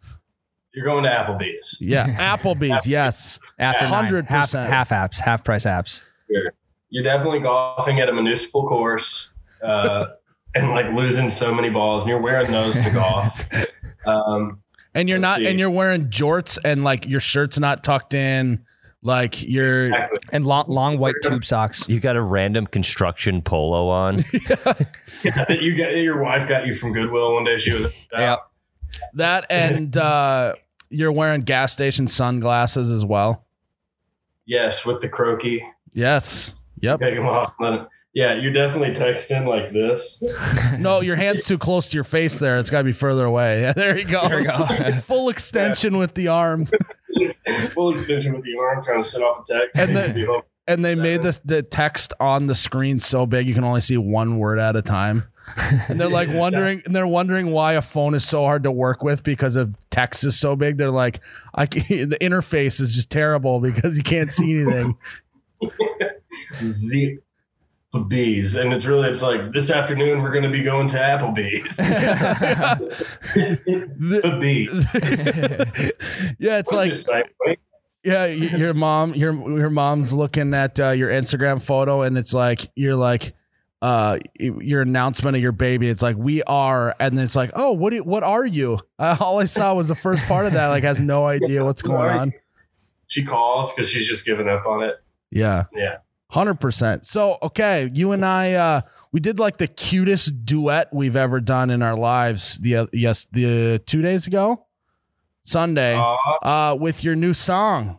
Speaker 5: You're going to Applebee's.
Speaker 1: Yeah. Applebee's, yes.
Speaker 6: After nine, half,
Speaker 1: 100%.
Speaker 6: half apps, half price apps.
Speaker 5: You're definitely golfing at a municipal course, uh, and like losing so many balls, and you're wearing those to golf. Um,
Speaker 1: And you're
Speaker 5: Let's
Speaker 1: not
Speaker 5: see.
Speaker 1: and you're wearing jorts and like your shirt's not tucked in, like
Speaker 5: (laughs)
Speaker 1: you're
Speaker 5: exactly.
Speaker 6: And long, long white tube socks.
Speaker 2: You got a random construction
Speaker 1: (laughs)
Speaker 2: polo on.
Speaker 5: you got your wife got you from Goodwill one day. She was out.
Speaker 6: Yep.
Speaker 1: that and uh you're wearing gas station sunglasses as well.
Speaker 5: Yes, with the croaky.
Speaker 1: Yes.
Speaker 5: (laughs)
Speaker 1: Yep.
Speaker 5: Take 'em off. Let 'em- Yeah, you're definitely texting like this.
Speaker 1: No, your hand's too close to your face there. It's got to be further away. (laughs) Yeah, there you go.
Speaker 6: There we go.
Speaker 1: (laughs)
Speaker 6: (laughs)
Speaker 1: Full extension with the arm.
Speaker 5: Full extension with the arm, trying to send off a text.
Speaker 1: And
Speaker 5: And
Speaker 1: then- And they made the, the text on the screen so big you can only see one word at a time. And they're like wondering, and they're wondering why a phone is so hard to work with because of text is so big. They're like, I can, (laughs) the interface is just terrible because you can't see anything. (laughs)
Speaker 5: the bees, and it's really it's like this afternoon we're going to be going to Applebee's.
Speaker 1: (laughs) The-
Speaker 5: the bees.
Speaker 1: (laughs) yeah, it's like,
Speaker 5: Just like, wait,
Speaker 1: yeah,
Speaker 5: (laughs)
Speaker 1: y- your mom, your your mom's looking at uh, your Instagram photo, and it's like you're like, uh, y- your announcement of your baby. It's like we are, and then it's like, oh, what do you, what are you? Uh, all I saw was the first part of that. Like, has no
Speaker 5: (laughs)
Speaker 1: idea what's
Speaker 5: who are
Speaker 1: going
Speaker 5: you?
Speaker 1: on.
Speaker 5: She calls because she's just giving up on it.
Speaker 1: Yeah,
Speaker 5: Yeah.
Speaker 1: hundred percent. So, okay, you and I, uh, we did like the cutest duet we've ever done in our lives. The uh, yes, the two days ago, Sunday,
Speaker 5: Aw.
Speaker 1: uh, with your new song.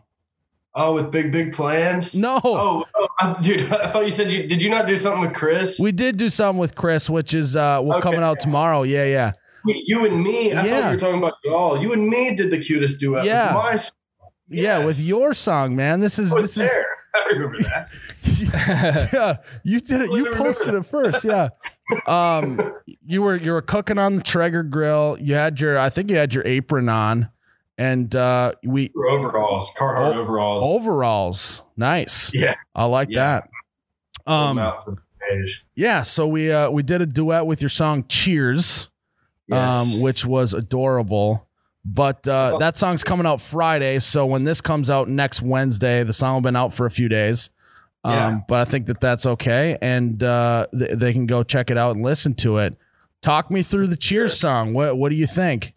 Speaker 5: Oh, with big big plans.
Speaker 1: No,
Speaker 5: Oh, oh, I- dude, (laughs) I thought you said you did. You not do something with Chris?
Speaker 1: we did do something with Chris, which is uh, we're
Speaker 5: Okay.
Speaker 1: coming out tomorrow. Yeah, yeah.
Speaker 5: Wait, you and me. I
Speaker 1: Yeah.
Speaker 5: thought you were talking about y'all. You and me did the cutest duet.
Speaker 1: Yeah.
Speaker 5: with my s-
Speaker 1: Yeah, with
Speaker 5: Yes.
Speaker 1: your song, man. This is
Speaker 5: I was
Speaker 1: this is
Speaker 5: there. (laughs) I remember that.
Speaker 1: (laughs) yeah. You did it.
Speaker 5: Totally
Speaker 1: You
Speaker 5: remember
Speaker 1: posted it first. Yeah. Um, you were you were cooking on the Traeger grill. You had your I think you had your apron on, and uh, we
Speaker 5: For overalls, Carhartt
Speaker 1: Oh,
Speaker 5: overalls.
Speaker 1: overalls. Nice.
Speaker 5: Yeah.
Speaker 1: I like
Speaker 5: Yeah.
Speaker 1: that.
Speaker 5: Pulled
Speaker 1: Um,
Speaker 5: 'em out for the page.
Speaker 1: yeah. So we uh, we did a duet with your song Cheers.
Speaker 5: Yes.
Speaker 1: um, which was adorable. But uh, that song's coming out Friday, so when this comes out next Wednesday, the song will been out for a few days. Um,
Speaker 5: Yeah.
Speaker 1: But I think that that's okay, and uh, th- they can go check it out and listen to it. Talk me through the Cheers song. What What do you think?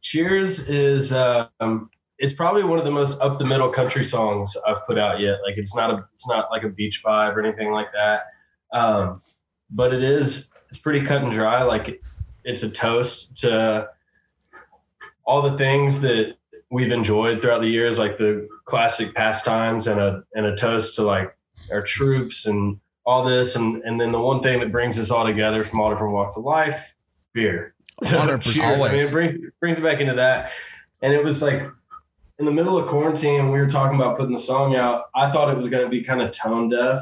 Speaker 5: Cheers is uh, um, it's probably one of the most up the middle country songs I've put out yet. Like it's not a it's not like a beach vibe or anything like that. Um, but it is it's pretty cut and dry. Like it's a toast to all the things that we've enjoyed throughout the years, like the classic pastimes and a and a toast to like our troops and all this and and then the one thing that brings us all together from all different walks of life, beer. (laughs) So
Speaker 1: 100%.
Speaker 5: cheers. I mean,
Speaker 6: Always.
Speaker 5: it brings brings it back into that. And it was like in the middle of quarantine, when we were talking about putting the song out. I thought it was going to be kind of tone deaf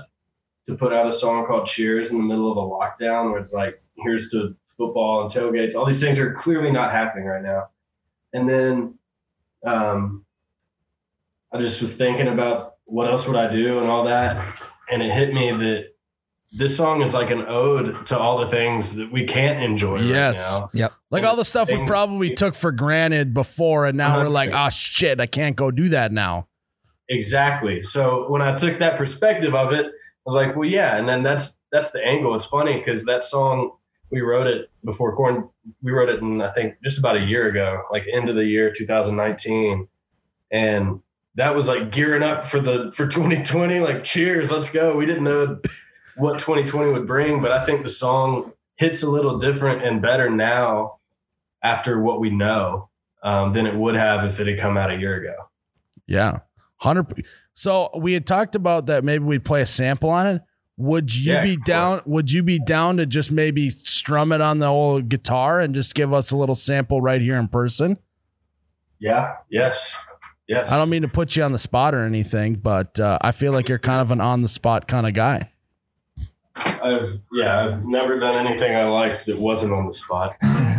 Speaker 5: to put out a song called Cheers in the middle of a lockdown where it's like, here's to football and tailgates. All these things are clearly not happening right now. And then um, I just was thinking about what else would I do and all that. And it hit me that this song is like an ode to all the things that we can't enjoy
Speaker 1: Yes.
Speaker 5: right now.
Speaker 1: Like all the stuff we
Speaker 5: Things- Uh-huh.
Speaker 1: probably took for granted before, and now we are like, ah, shit, I can't go do that now.
Speaker 5: Exactly. So when I took that perspective of it, I was like, well, yeah. And then that's that's the angle. It's funny because that song we wrote it before corn. We wrote it in I think just about a year ago, like end of the year 2019, and that was like gearing up for the for 2020. Like, cheers, let's go. We didn't know what 2020 would bring, but I think the song hits a little different and better now after what we know um, than it would have if it had come out a year ago.
Speaker 1: Yeah, hundred. So we had talked about that. Maybe we'd play a sample on it. Would you
Speaker 5: Yeah,
Speaker 1: be
Speaker 5: cool.
Speaker 1: down? Would you be down to just maybe strum it on the old guitar and just give us a little sample right here in person?
Speaker 5: Yeah. Yes. Yes.
Speaker 1: I don't mean to put you on the spot or anything, but uh, I feel like you're kind of an on the spot kind of guy.
Speaker 5: I've yeah. I've never done anything I liked that wasn't on the spot.
Speaker 1: Uh-huh.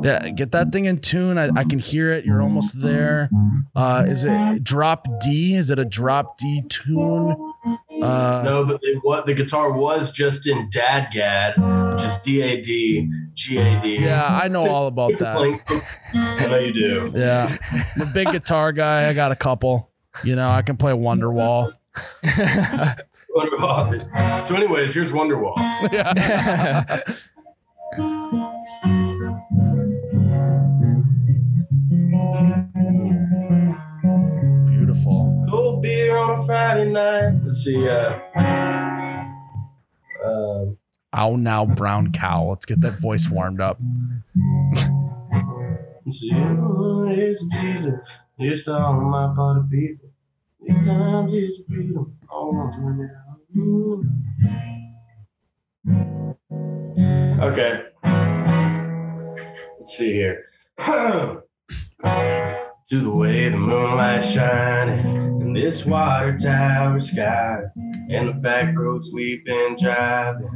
Speaker 1: Yeah, get that thing in tune. I, I can hear it. You're almost there. Uh, is it drop D? Is it a drop D tune? Uh,
Speaker 5: No, but it, what the guitar was just in Dadgad, which is D A D G A D.
Speaker 1: Yeah, I know all about that.
Speaker 5: I know you do.
Speaker 1: Yeah. I'm a big guitar guy. I got a couple. You know, I can play Wonderwall.
Speaker 5: Wonderwall. So, anyways, here's Wonderwall.
Speaker 1: Beautiful.
Speaker 5: Cold beer on a Friday night. Let's see. Uh, um,
Speaker 1: Ow now, brown cow. Let's get that voice warmed up.
Speaker 5: See, it's Jesus. It's all my body people. It's time Jesus freedom. All my time. Okay. Let's see here. (clears throat) to the way the moonlight shining in this water tower sky, and the back roads we've been driving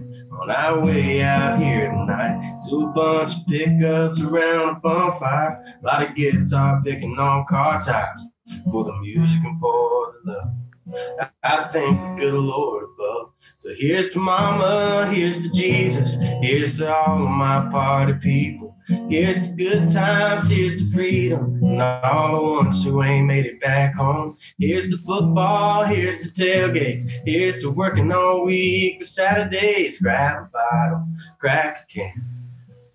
Speaker 5: on our way out here tonight. To a bunch of pickups around a bonfire. A lot of guitar picking on car tires. For the music and for the love. I- I thank the good Lord above. So here's to mama, here's to Jesus, here's to all of my party people. Here's to good times, here's to freedom, and all the ones who ain't made it back home. Here's to football, here's to tailgates, here's to working all week for Saturdays. Grab a bottle, crack a can.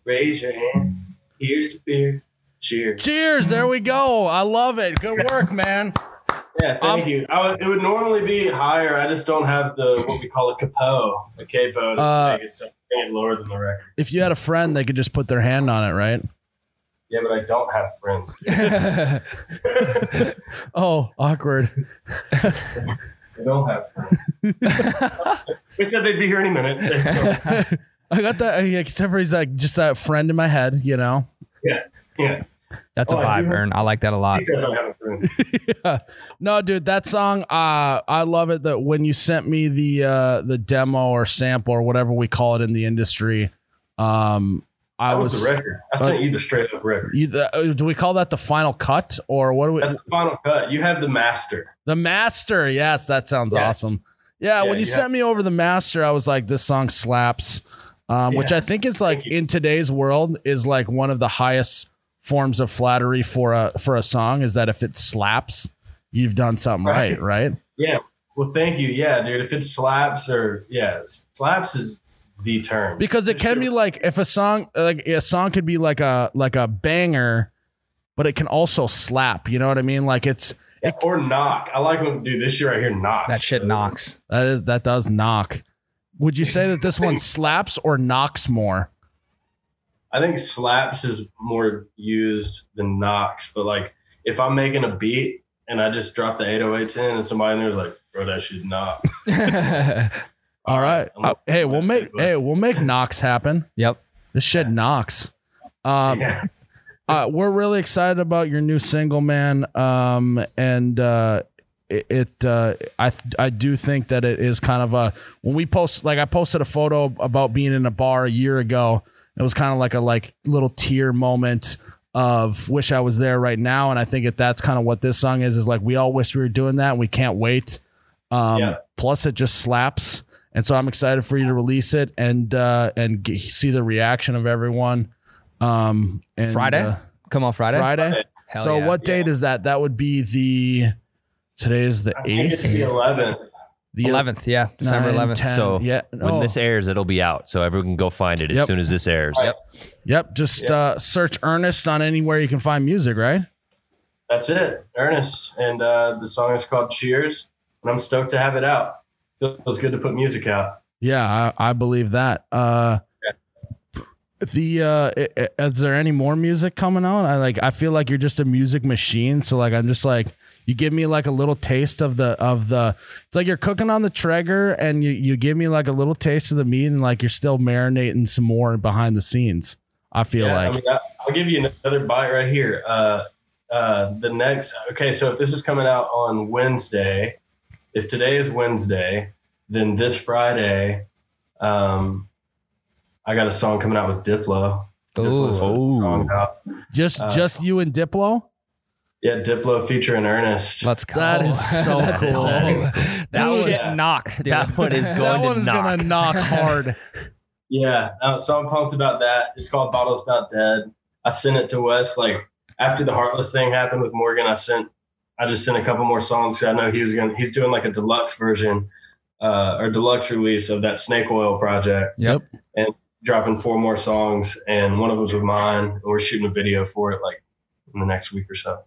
Speaker 5: Raise your hand. Here's the beer. Cheers.
Speaker 1: Cheers. There we go. I love it. Good work, man.
Speaker 5: Yeah, thank
Speaker 1: Um,
Speaker 5: you. I would, it would normally be higher. I just don't have the what we call a capo, a capo to
Speaker 1: Uh,
Speaker 5: make it so make it lower than the record.
Speaker 1: If you had a friend, they could just put their hand on it, right?
Speaker 5: Yeah, but I don't have friends.
Speaker 1: oh, awkward.
Speaker 5: I don't have friends.
Speaker 1: (laughs)
Speaker 5: they said they'd be here any minute. So,
Speaker 1: I got that. yeah, Except for he's like just that friend in my head, you know?
Speaker 5: yeah.
Speaker 6: That's a
Speaker 5: Oh, I do
Speaker 6: vibe,
Speaker 5: have-
Speaker 6: Ern. I like that a lot.
Speaker 5: He says I have a friend.
Speaker 1: No, dude, that song, uh, I love it that when you sent me the uh, the demo or sample or whatever we call it in the industry, um, I
Speaker 5: That
Speaker 1: was,
Speaker 5: was, the record. I
Speaker 1: uh,
Speaker 5: sent you the straight up record.
Speaker 1: you, the, uh, do we call that the final cut or what do we
Speaker 5: That's the final cut. You have the master.
Speaker 1: The Master. Yes, that sounds
Speaker 5: Yeah.
Speaker 1: awesome. Yeah,
Speaker 5: Yeah,
Speaker 1: when you
Speaker 5: yeah.
Speaker 1: sent me over The Master, I was like, this song slaps, um, which
Speaker 5: Yeah.
Speaker 1: I think is like
Speaker 5: Thank you.
Speaker 1: in today's world is like one of the highest forms of flattery for a for a song is that if it slaps, you've done something right,
Speaker 5: Right.
Speaker 1: right?
Speaker 5: Well, thank you. Yeah, dude. If it slaps or yeah, s- slaps is the term
Speaker 1: Because it
Speaker 5: For
Speaker 1: can
Speaker 5: sure.
Speaker 1: be like if a song like a song could be like a like a banger, but it can also slap. You know what I mean? Like it's
Speaker 5: Yeah, or knock. I like when dude this year right here knocks.
Speaker 6: That shit knocks. (laughs)
Speaker 1: that is that does knock. Would you say that this
Speaker 5: (laughs)
Speaker 1: one slaps or knocks more?
Speaker 5: I think slaps is more used than knocks, but like if I'm making a beat and I just drop the 808s in and somebody in there's like, bro, that shit knocks.
Speaker 6: yep.
Speaker 1: All right.
Speaker 5: I'm like,
Speaker 1: Uh, hey, we'll make hey, we'll make Knox happen. This shit knocks. Um,
Speaker 5: yeah.
Speaker 1: uh, we're really excited about your new single, man. Um, and uh, it, it uh, I th- I do think that it is kind of a when we post like I posted a photo about being in a bar a year ago. It was kind of like a like little tear moment of wish I was there right now, and I think that that's kind of what this song is. Is like we all wish we were doing that, and we can't wait. Um,
Speaker 5: Yeah.
Speaker 1: Plus, it just slaps, and so I'm excited for you to release it and uh, and g- see the reaction of everyone. Um, and,
Speaker 6: Friday?
Speaker 1: uh,
Speaker 6: Come on Friday.
Speaker 1: Friday.
Speaker 6: Hell
Speaker 1: so
Speaker 6: yeah.
Speaker 1: what date is that? That would be the today is the
Speaker 5: I think it's
Speaker 1: eighth,
Speaker 5: the 11th.
Speaker 1: the
Speaker 6: 11th, yeah. December
Speaker 1: 9,
Speaker 6: 11th.
Speaker 1: 10,
Speaker 2: So,
Speaker 1: yeah,
Speaker 2: When
Speaker 1: oh,
Speaker 2: this airs, it'll be out, so everyone can go find it as
Speaker 1: Yep.
Speaker 2: soon as this airs.
Speaker 5: Yep.
Speaker 1: yep, just
Speaker 5: Yeah.
Speaker 1: uh, search Ernest on anywhere you can find music, right?
Speaker 5: That's it, Ernest. And uh, the song is called Cheers, and I'm stoked to have it out. Feels good to put music out.
Speaker 1: Yeah, I, I believe that. Uh, the uh, i- i- is there any more music coming out? I like. I feel like you're just a music machine. So like, I'm just like, you give me like a little taste of the of the. It's like you're cooking on the Traeger, and you you give me like a little taste of the meat, and like you're still marinating some more behind the scenes. I feel
Speaker 5: Yeah,
Speaker 1: like.
Speaker 5: I mean, I, I'll give you another bite right here. Uh, uh, the next, okay, so if this is coming out on Wednesday, if today is Wednesday, then this Friday, um, I got a song coming out with Diplo. Diplo's
Speaker 6: Ooh.
Speaker 5: got a song out.
Speaker 1: Just
Speaker 5: Uh,
Speaker 1: just you and Diplo?
Speaker 5: Yeah, Diplo featuring Ernest.
Speaker 6: Let's go.
Speaker 1: That is
Speaker 6: (laughs)
Speaker 1: so
Speaker 6: That's
Speaker 1: cool.
Speaker 6: dope. (laughs) That
Speaker 5: Dude.
Speaker 6: shit knocks,
Speaker 2: (laughs)
Speaker 6: dude.
Speaker 2: That one is
Speaker 1: (laughs)
Speaker 6: (laughs)
Speaker 1: that
Speaker 2: going
Speaker 1: one
Speaker 2: to
Speaker 1: is
Speaker 2: knock.
Speaker 1: gonna knock hard.
Speaker 5: Yeah, uh, so I'm pumped about that. It's called Bottles About Dead. I sent it to Wes like after the Heartless thing happened with Morgan. I sent, I just sent a couple more songs. 'cause I know he was gonna, he's doing like a deluxe version uh, or deluxe release of that Snake Oil project,
Speaker 6: Yep.
Speaker 5: dropping four more songs, and one of them's with mine. And we're shooting a video for it like in the next week or so.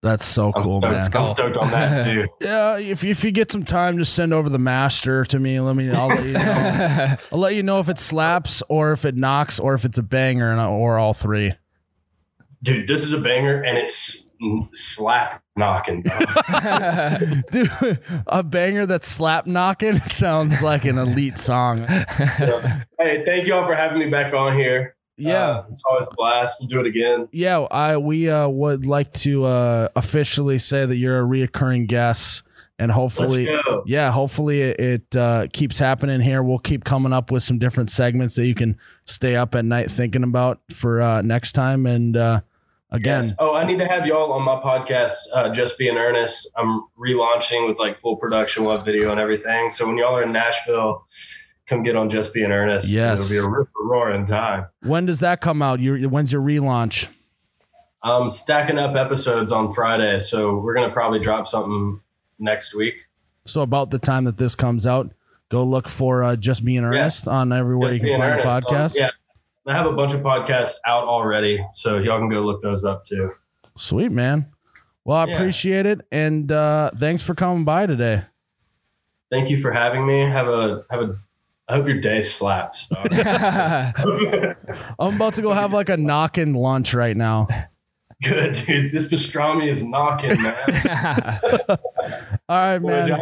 Speaker 1: That's so
Speaker 5: I'm
Speaker 1: cool,
Speaker 5: stoked,
Speaker 1: man.
Speaker 5: I'm stoked
Speaker 1: (laughs)
Speaker 5: on that too.
Speaker 1: Yeah, if if you get some time, just send over the master to me. Let me. I'll let you know. I'll let you know if it slaps or if it knocks or if it's a banger and or all three.
Speaker 5: Dude, this is a banger, and it's slap
Speaker 1: (laughs)
Speaker 5: knocking. bro.
Speaker 1: (laughs) Dude, a banger that's slap knocking (laughs) sounds like an elite song.
Speaker 5: hey, thank y'all for having me back on here.
Speaker 1: Yeah.
Speaker 5: Uh, it's always a blast. We'll do it again.
Speaker 1: yeah, I we uh, would like to uh, officially say that you're a reoccurring guest, and hopefully,
Speaker 5: Let's go.
Speaker 1: yeah, hopefully it, it uh, keeps happening here. We'll keep coming up with some different segments that you can stay up at night thinking about for uh, next time. And uh, again,
Speaker 5: Yes. Oh, I need to have y'all on my podcast. Uh, just be in earnest. I'm relaunching with like full production, web video, and everything. So when y'all are in Nashville, come get on Just Be in Earnest.
Speaker 1: Yes.
Speaker 5: it'll be a rip roaring time.
Speaker 1: when does that come out? You when's your relaunch?
Speaker 5: I'm stacking up episodes on Friday, so we're gonna probably drop something next week.
Speaker 1: So about the time that this comes out, go look for uh, just me in earnest on everywhere
Speaker 5: Just
Speaker 1: you
Speaker 5: Be
Speaker 1: can
Speaker 5: in
Speaker 1: find a
Speaker 5: Earnest.
Speaker 1: podcast.
Speaker 5: yeah, I have a bunch of podcasts out already, so y'all can go look those up too.
Speaker 1: Sweet man. Well, I
Speaker 5: Yeah.
Speaker 1: appreciate it, and uh, thanks for coming by today.
Speaker 5: Thank you for having me. Have a have a I hope your day slaps. dog.
Speaker 1: I'm about to go have like a knock and lunch right
Speaker 5: (laughs)
Speaker 1: now. (laughs)
Speaker 5: Good, dude. This pastrami is knocking, man.
Speaker 1: (laughs) All right,
Speaker 5: Boy,
Speaker 1: man.
Speaker 5: John,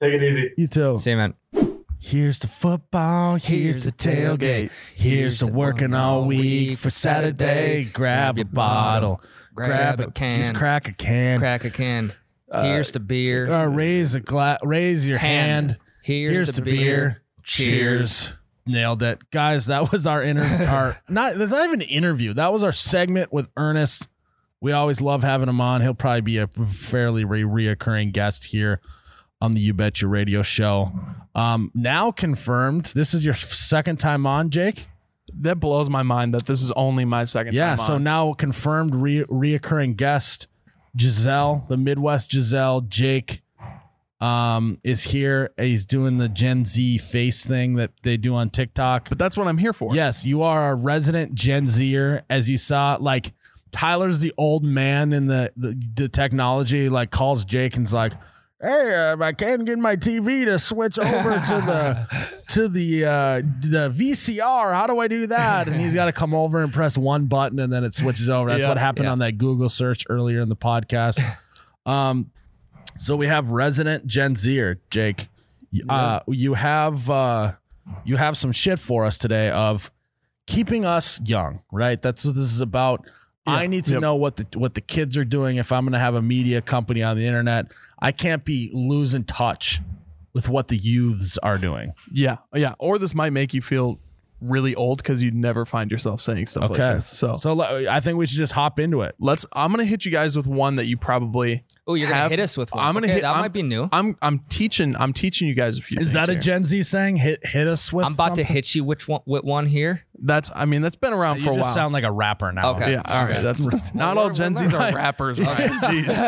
Speaker 5: Take it easy.
Speaker 1: You too.
Speaker 6: See you, man.
Speaker 1: Here's the football, here's the tailgate, here's the working all week for Saturday. Grab a bottle, grab a can, just crack a can,
Speaker 6: Crack a can.
Speaker 1: uh,
Speaker 6: Here's the beer.
Speaker 1: or raise a gla- raise your hand.
Speaker 6: Here's,
Speaker 1: uh, Here's, the, beer. Cheers. Nailed it, guys. That was our inter. (laughs) our not. That's not even an interview. That was our segment with Ernest. We always love having him on. He'll probably be a fairly re- reoccurring guest here on the You Bet Your Radio show. Um, now confirmed. This is your second time on, Jake.
Speaker 7: That blows my mind that this is only my second
Speaker 1: Yeah.
Speaker 7: time.
Speaker 1: So
Speaker 7: on.
Speaker 1: now confirmed re- reoccurring guest Giselle, the Midwest Giselle, Jake, um, is here. He's doing the Gen Z face thing that they do on TikTok.
Speaker 7: But that's what I'm here for.
Speaker 1: Yes, you are a resident Gen Zer, as you saw. Like Tyler's the old man in the the, the technology. Like calls Jake and's like, "Hey, um, I can't get my TV to switch over to the
Speaker 7: (laughs)
Speaker 1: to the uh, the VCR. How do I do that?" And he's got to come over and press one button, and then it switches over. That's
Speaker 7: Yeah.
Speaker 1: what happened
Speaker 6: Yeah.
Speaker 1: on that Google search earlier in the
Speaker 7: (laughs)
Speaker 1: podcast. Um, so we have resident Gen Zer, Jake. Uh, you have uh, you have some shit for us today of keeping us young, right? That's what this is about. I need to
Speaker 7: Yep.
Speaker 1: know what the what the kids are doing if I'm going to have a media company on the internet. I can't be losing touch with what the youths are doing.
Speaker 7: Yeah. Yeah. Or this might make you feel really old because you'd never find yourself saying stuff
Speaker 1: Okay.
Speaker 7: like this. So,
Speaker 1: So le- I think we should just hop into it.
Speaker 7: let's. I'm gonna hit you guys with one that you probably.
Speaker 6: Oh, you're gonna
Speaker 7: have-
Speaker 6: hit us with one.
Speaker 7: I'm gonna
Speaker 6: Okay,
Speaker 7: hit.
Speaker 6: that
Speaker 7: I'm-
Speaker 6: might be new.
Speaker 7: I'm. I'm teaching. I'm teaching you guys a few.
Speaker 1: Is
Speaker 7: things
Speaker 1: that a
Speaker 7: here.
Speaker 1: Gen Z saying? Hit hit us with.
Speaker 6: I'm about to
Speaker 1: something?
Speaker 6: hit you with one, with one here.
Speaker 7: That's. I mean, that's been around
Speaker 1: You
Speaker 7: for a
Speaker 1: just
Speaker 7: while.
Speaker 1: sound like a rapper now.
Speaker 6: Okay.
Speaker 7: yeah. All right.
Speaker 1: (laughs)
Speaker 7: That's not all Gen
Speaker 6: we're
Speaker 7: Zs are rappers. Right? Jeez.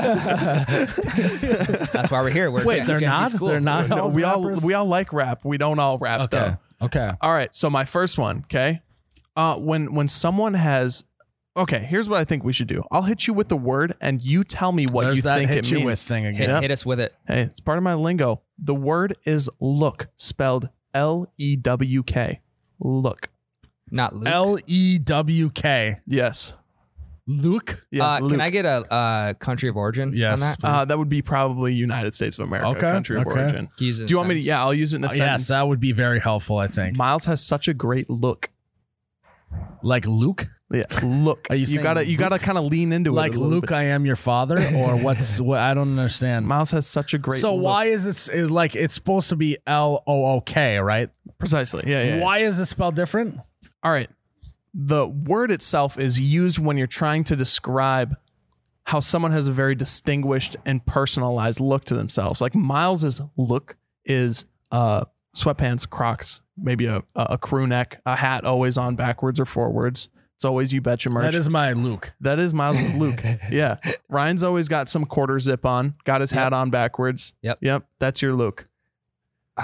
Speaker 6: That's why we're here. We're (laughs)
Speaker 1: Wait,
Speaker 6: at
Speaker 1: they're
Speaker 6: Gen Z
Speaker 1: not.
Speaker 6: school.
Speaker 1: They're not.
Speaker 7: No, we all we all like rap. We don't all rap
Speaker 1: Okay.
Speaker 7: though.
Speaker 1: Okay.
Speaker 7: All right. So my first one, okay? Uh when when someone has Okay, here's what I think we should do. I'll hit you with the word and you tell me what
Speaker 1: There's
Speaker 7: you
Speaker 1: that
Speaker 7: think
Speaker 1: hit
Speaker 7: it
Speaker 1: you
Speaker 7: means.
Speaker 1: with thing
Speaker 6: Hit,
Speaker 1: again.
Speaker 7: Yeah.
Speaker 6: hit us with it.
Speaker 7: Hey, it's part of my lingo. The word is look, spelled L E W K. Look.
Speaker 6: Not Luke.
Speaker 1: L E W K.
Speaker 7: Yes.
Speaker 1: Luke.
Speaker 7: Yeah.
Speaker 6: uh,
Speaker 7: Luke.
Speaker 6: Can I get a uh, country of origin
Speaker 1: Yes.
Speaker 6: on that?
Speaker 7: uh, that would be probably United States of America,
Speaker 1: Okay,
Speaker 7: country of
Speaker 1: okay.
Speaker 7: origin.
Speaker 6: Can you use it in
Speaker 7: Do you
Speaker 6: a
Speaker 7: want me to?
Speaker 6: sentence?
Speaker 7: Yeah, I'll use it in a
Speaker 1: Oh, Yes,
Speaker 7: sentence.
Speaker 1: that would be very helpful. I think.
Speaker 7: Miles has such a great look.
Speaker 1: like Luke. (laughs)
Speaker 7: Yeah, look.
Speaker 1: Are you saying
Speaker 7: gotta you gotta kind of lean into it.
Speaker 1: like
Speaker 7: a little
Speaker 1: Luke,
Speaker 7: bit.
Speaker 1: I am your father,
Speaker 7: (laughs)
Speaker 1: or what's what? I don't understand.
Speaker 7: Miles has such a great.
Speaker 1: so
Speaker 7: look.
Speaker 1: why is this is like it's supposed to be L O O K, right?
Speaker 7: Precisely. Yeah. yeah, yeah.
Speaker 1: Why is this spelled different?
Speaker 7: All right. The word itself is used when you're trying to describe how someone has a very distinguished and personalized look to themselves. Like Miles's look is uh, sweatpants, Crocs, maybe a, a crew neck, a hat always on backwards or forwards. It's always you betcha merch.
Speaker 1: That is my Luke.
Speaker 7: that is
Speaker 1: (laughs)
Speaker 7: Miles's Luke. Yeah. Ryan's always got some quarter zip on, got his hat on backwards.
Speaker 6: Yep.
Speaker 7: Yep. That's your Luke.
Speaker 6: (laughs)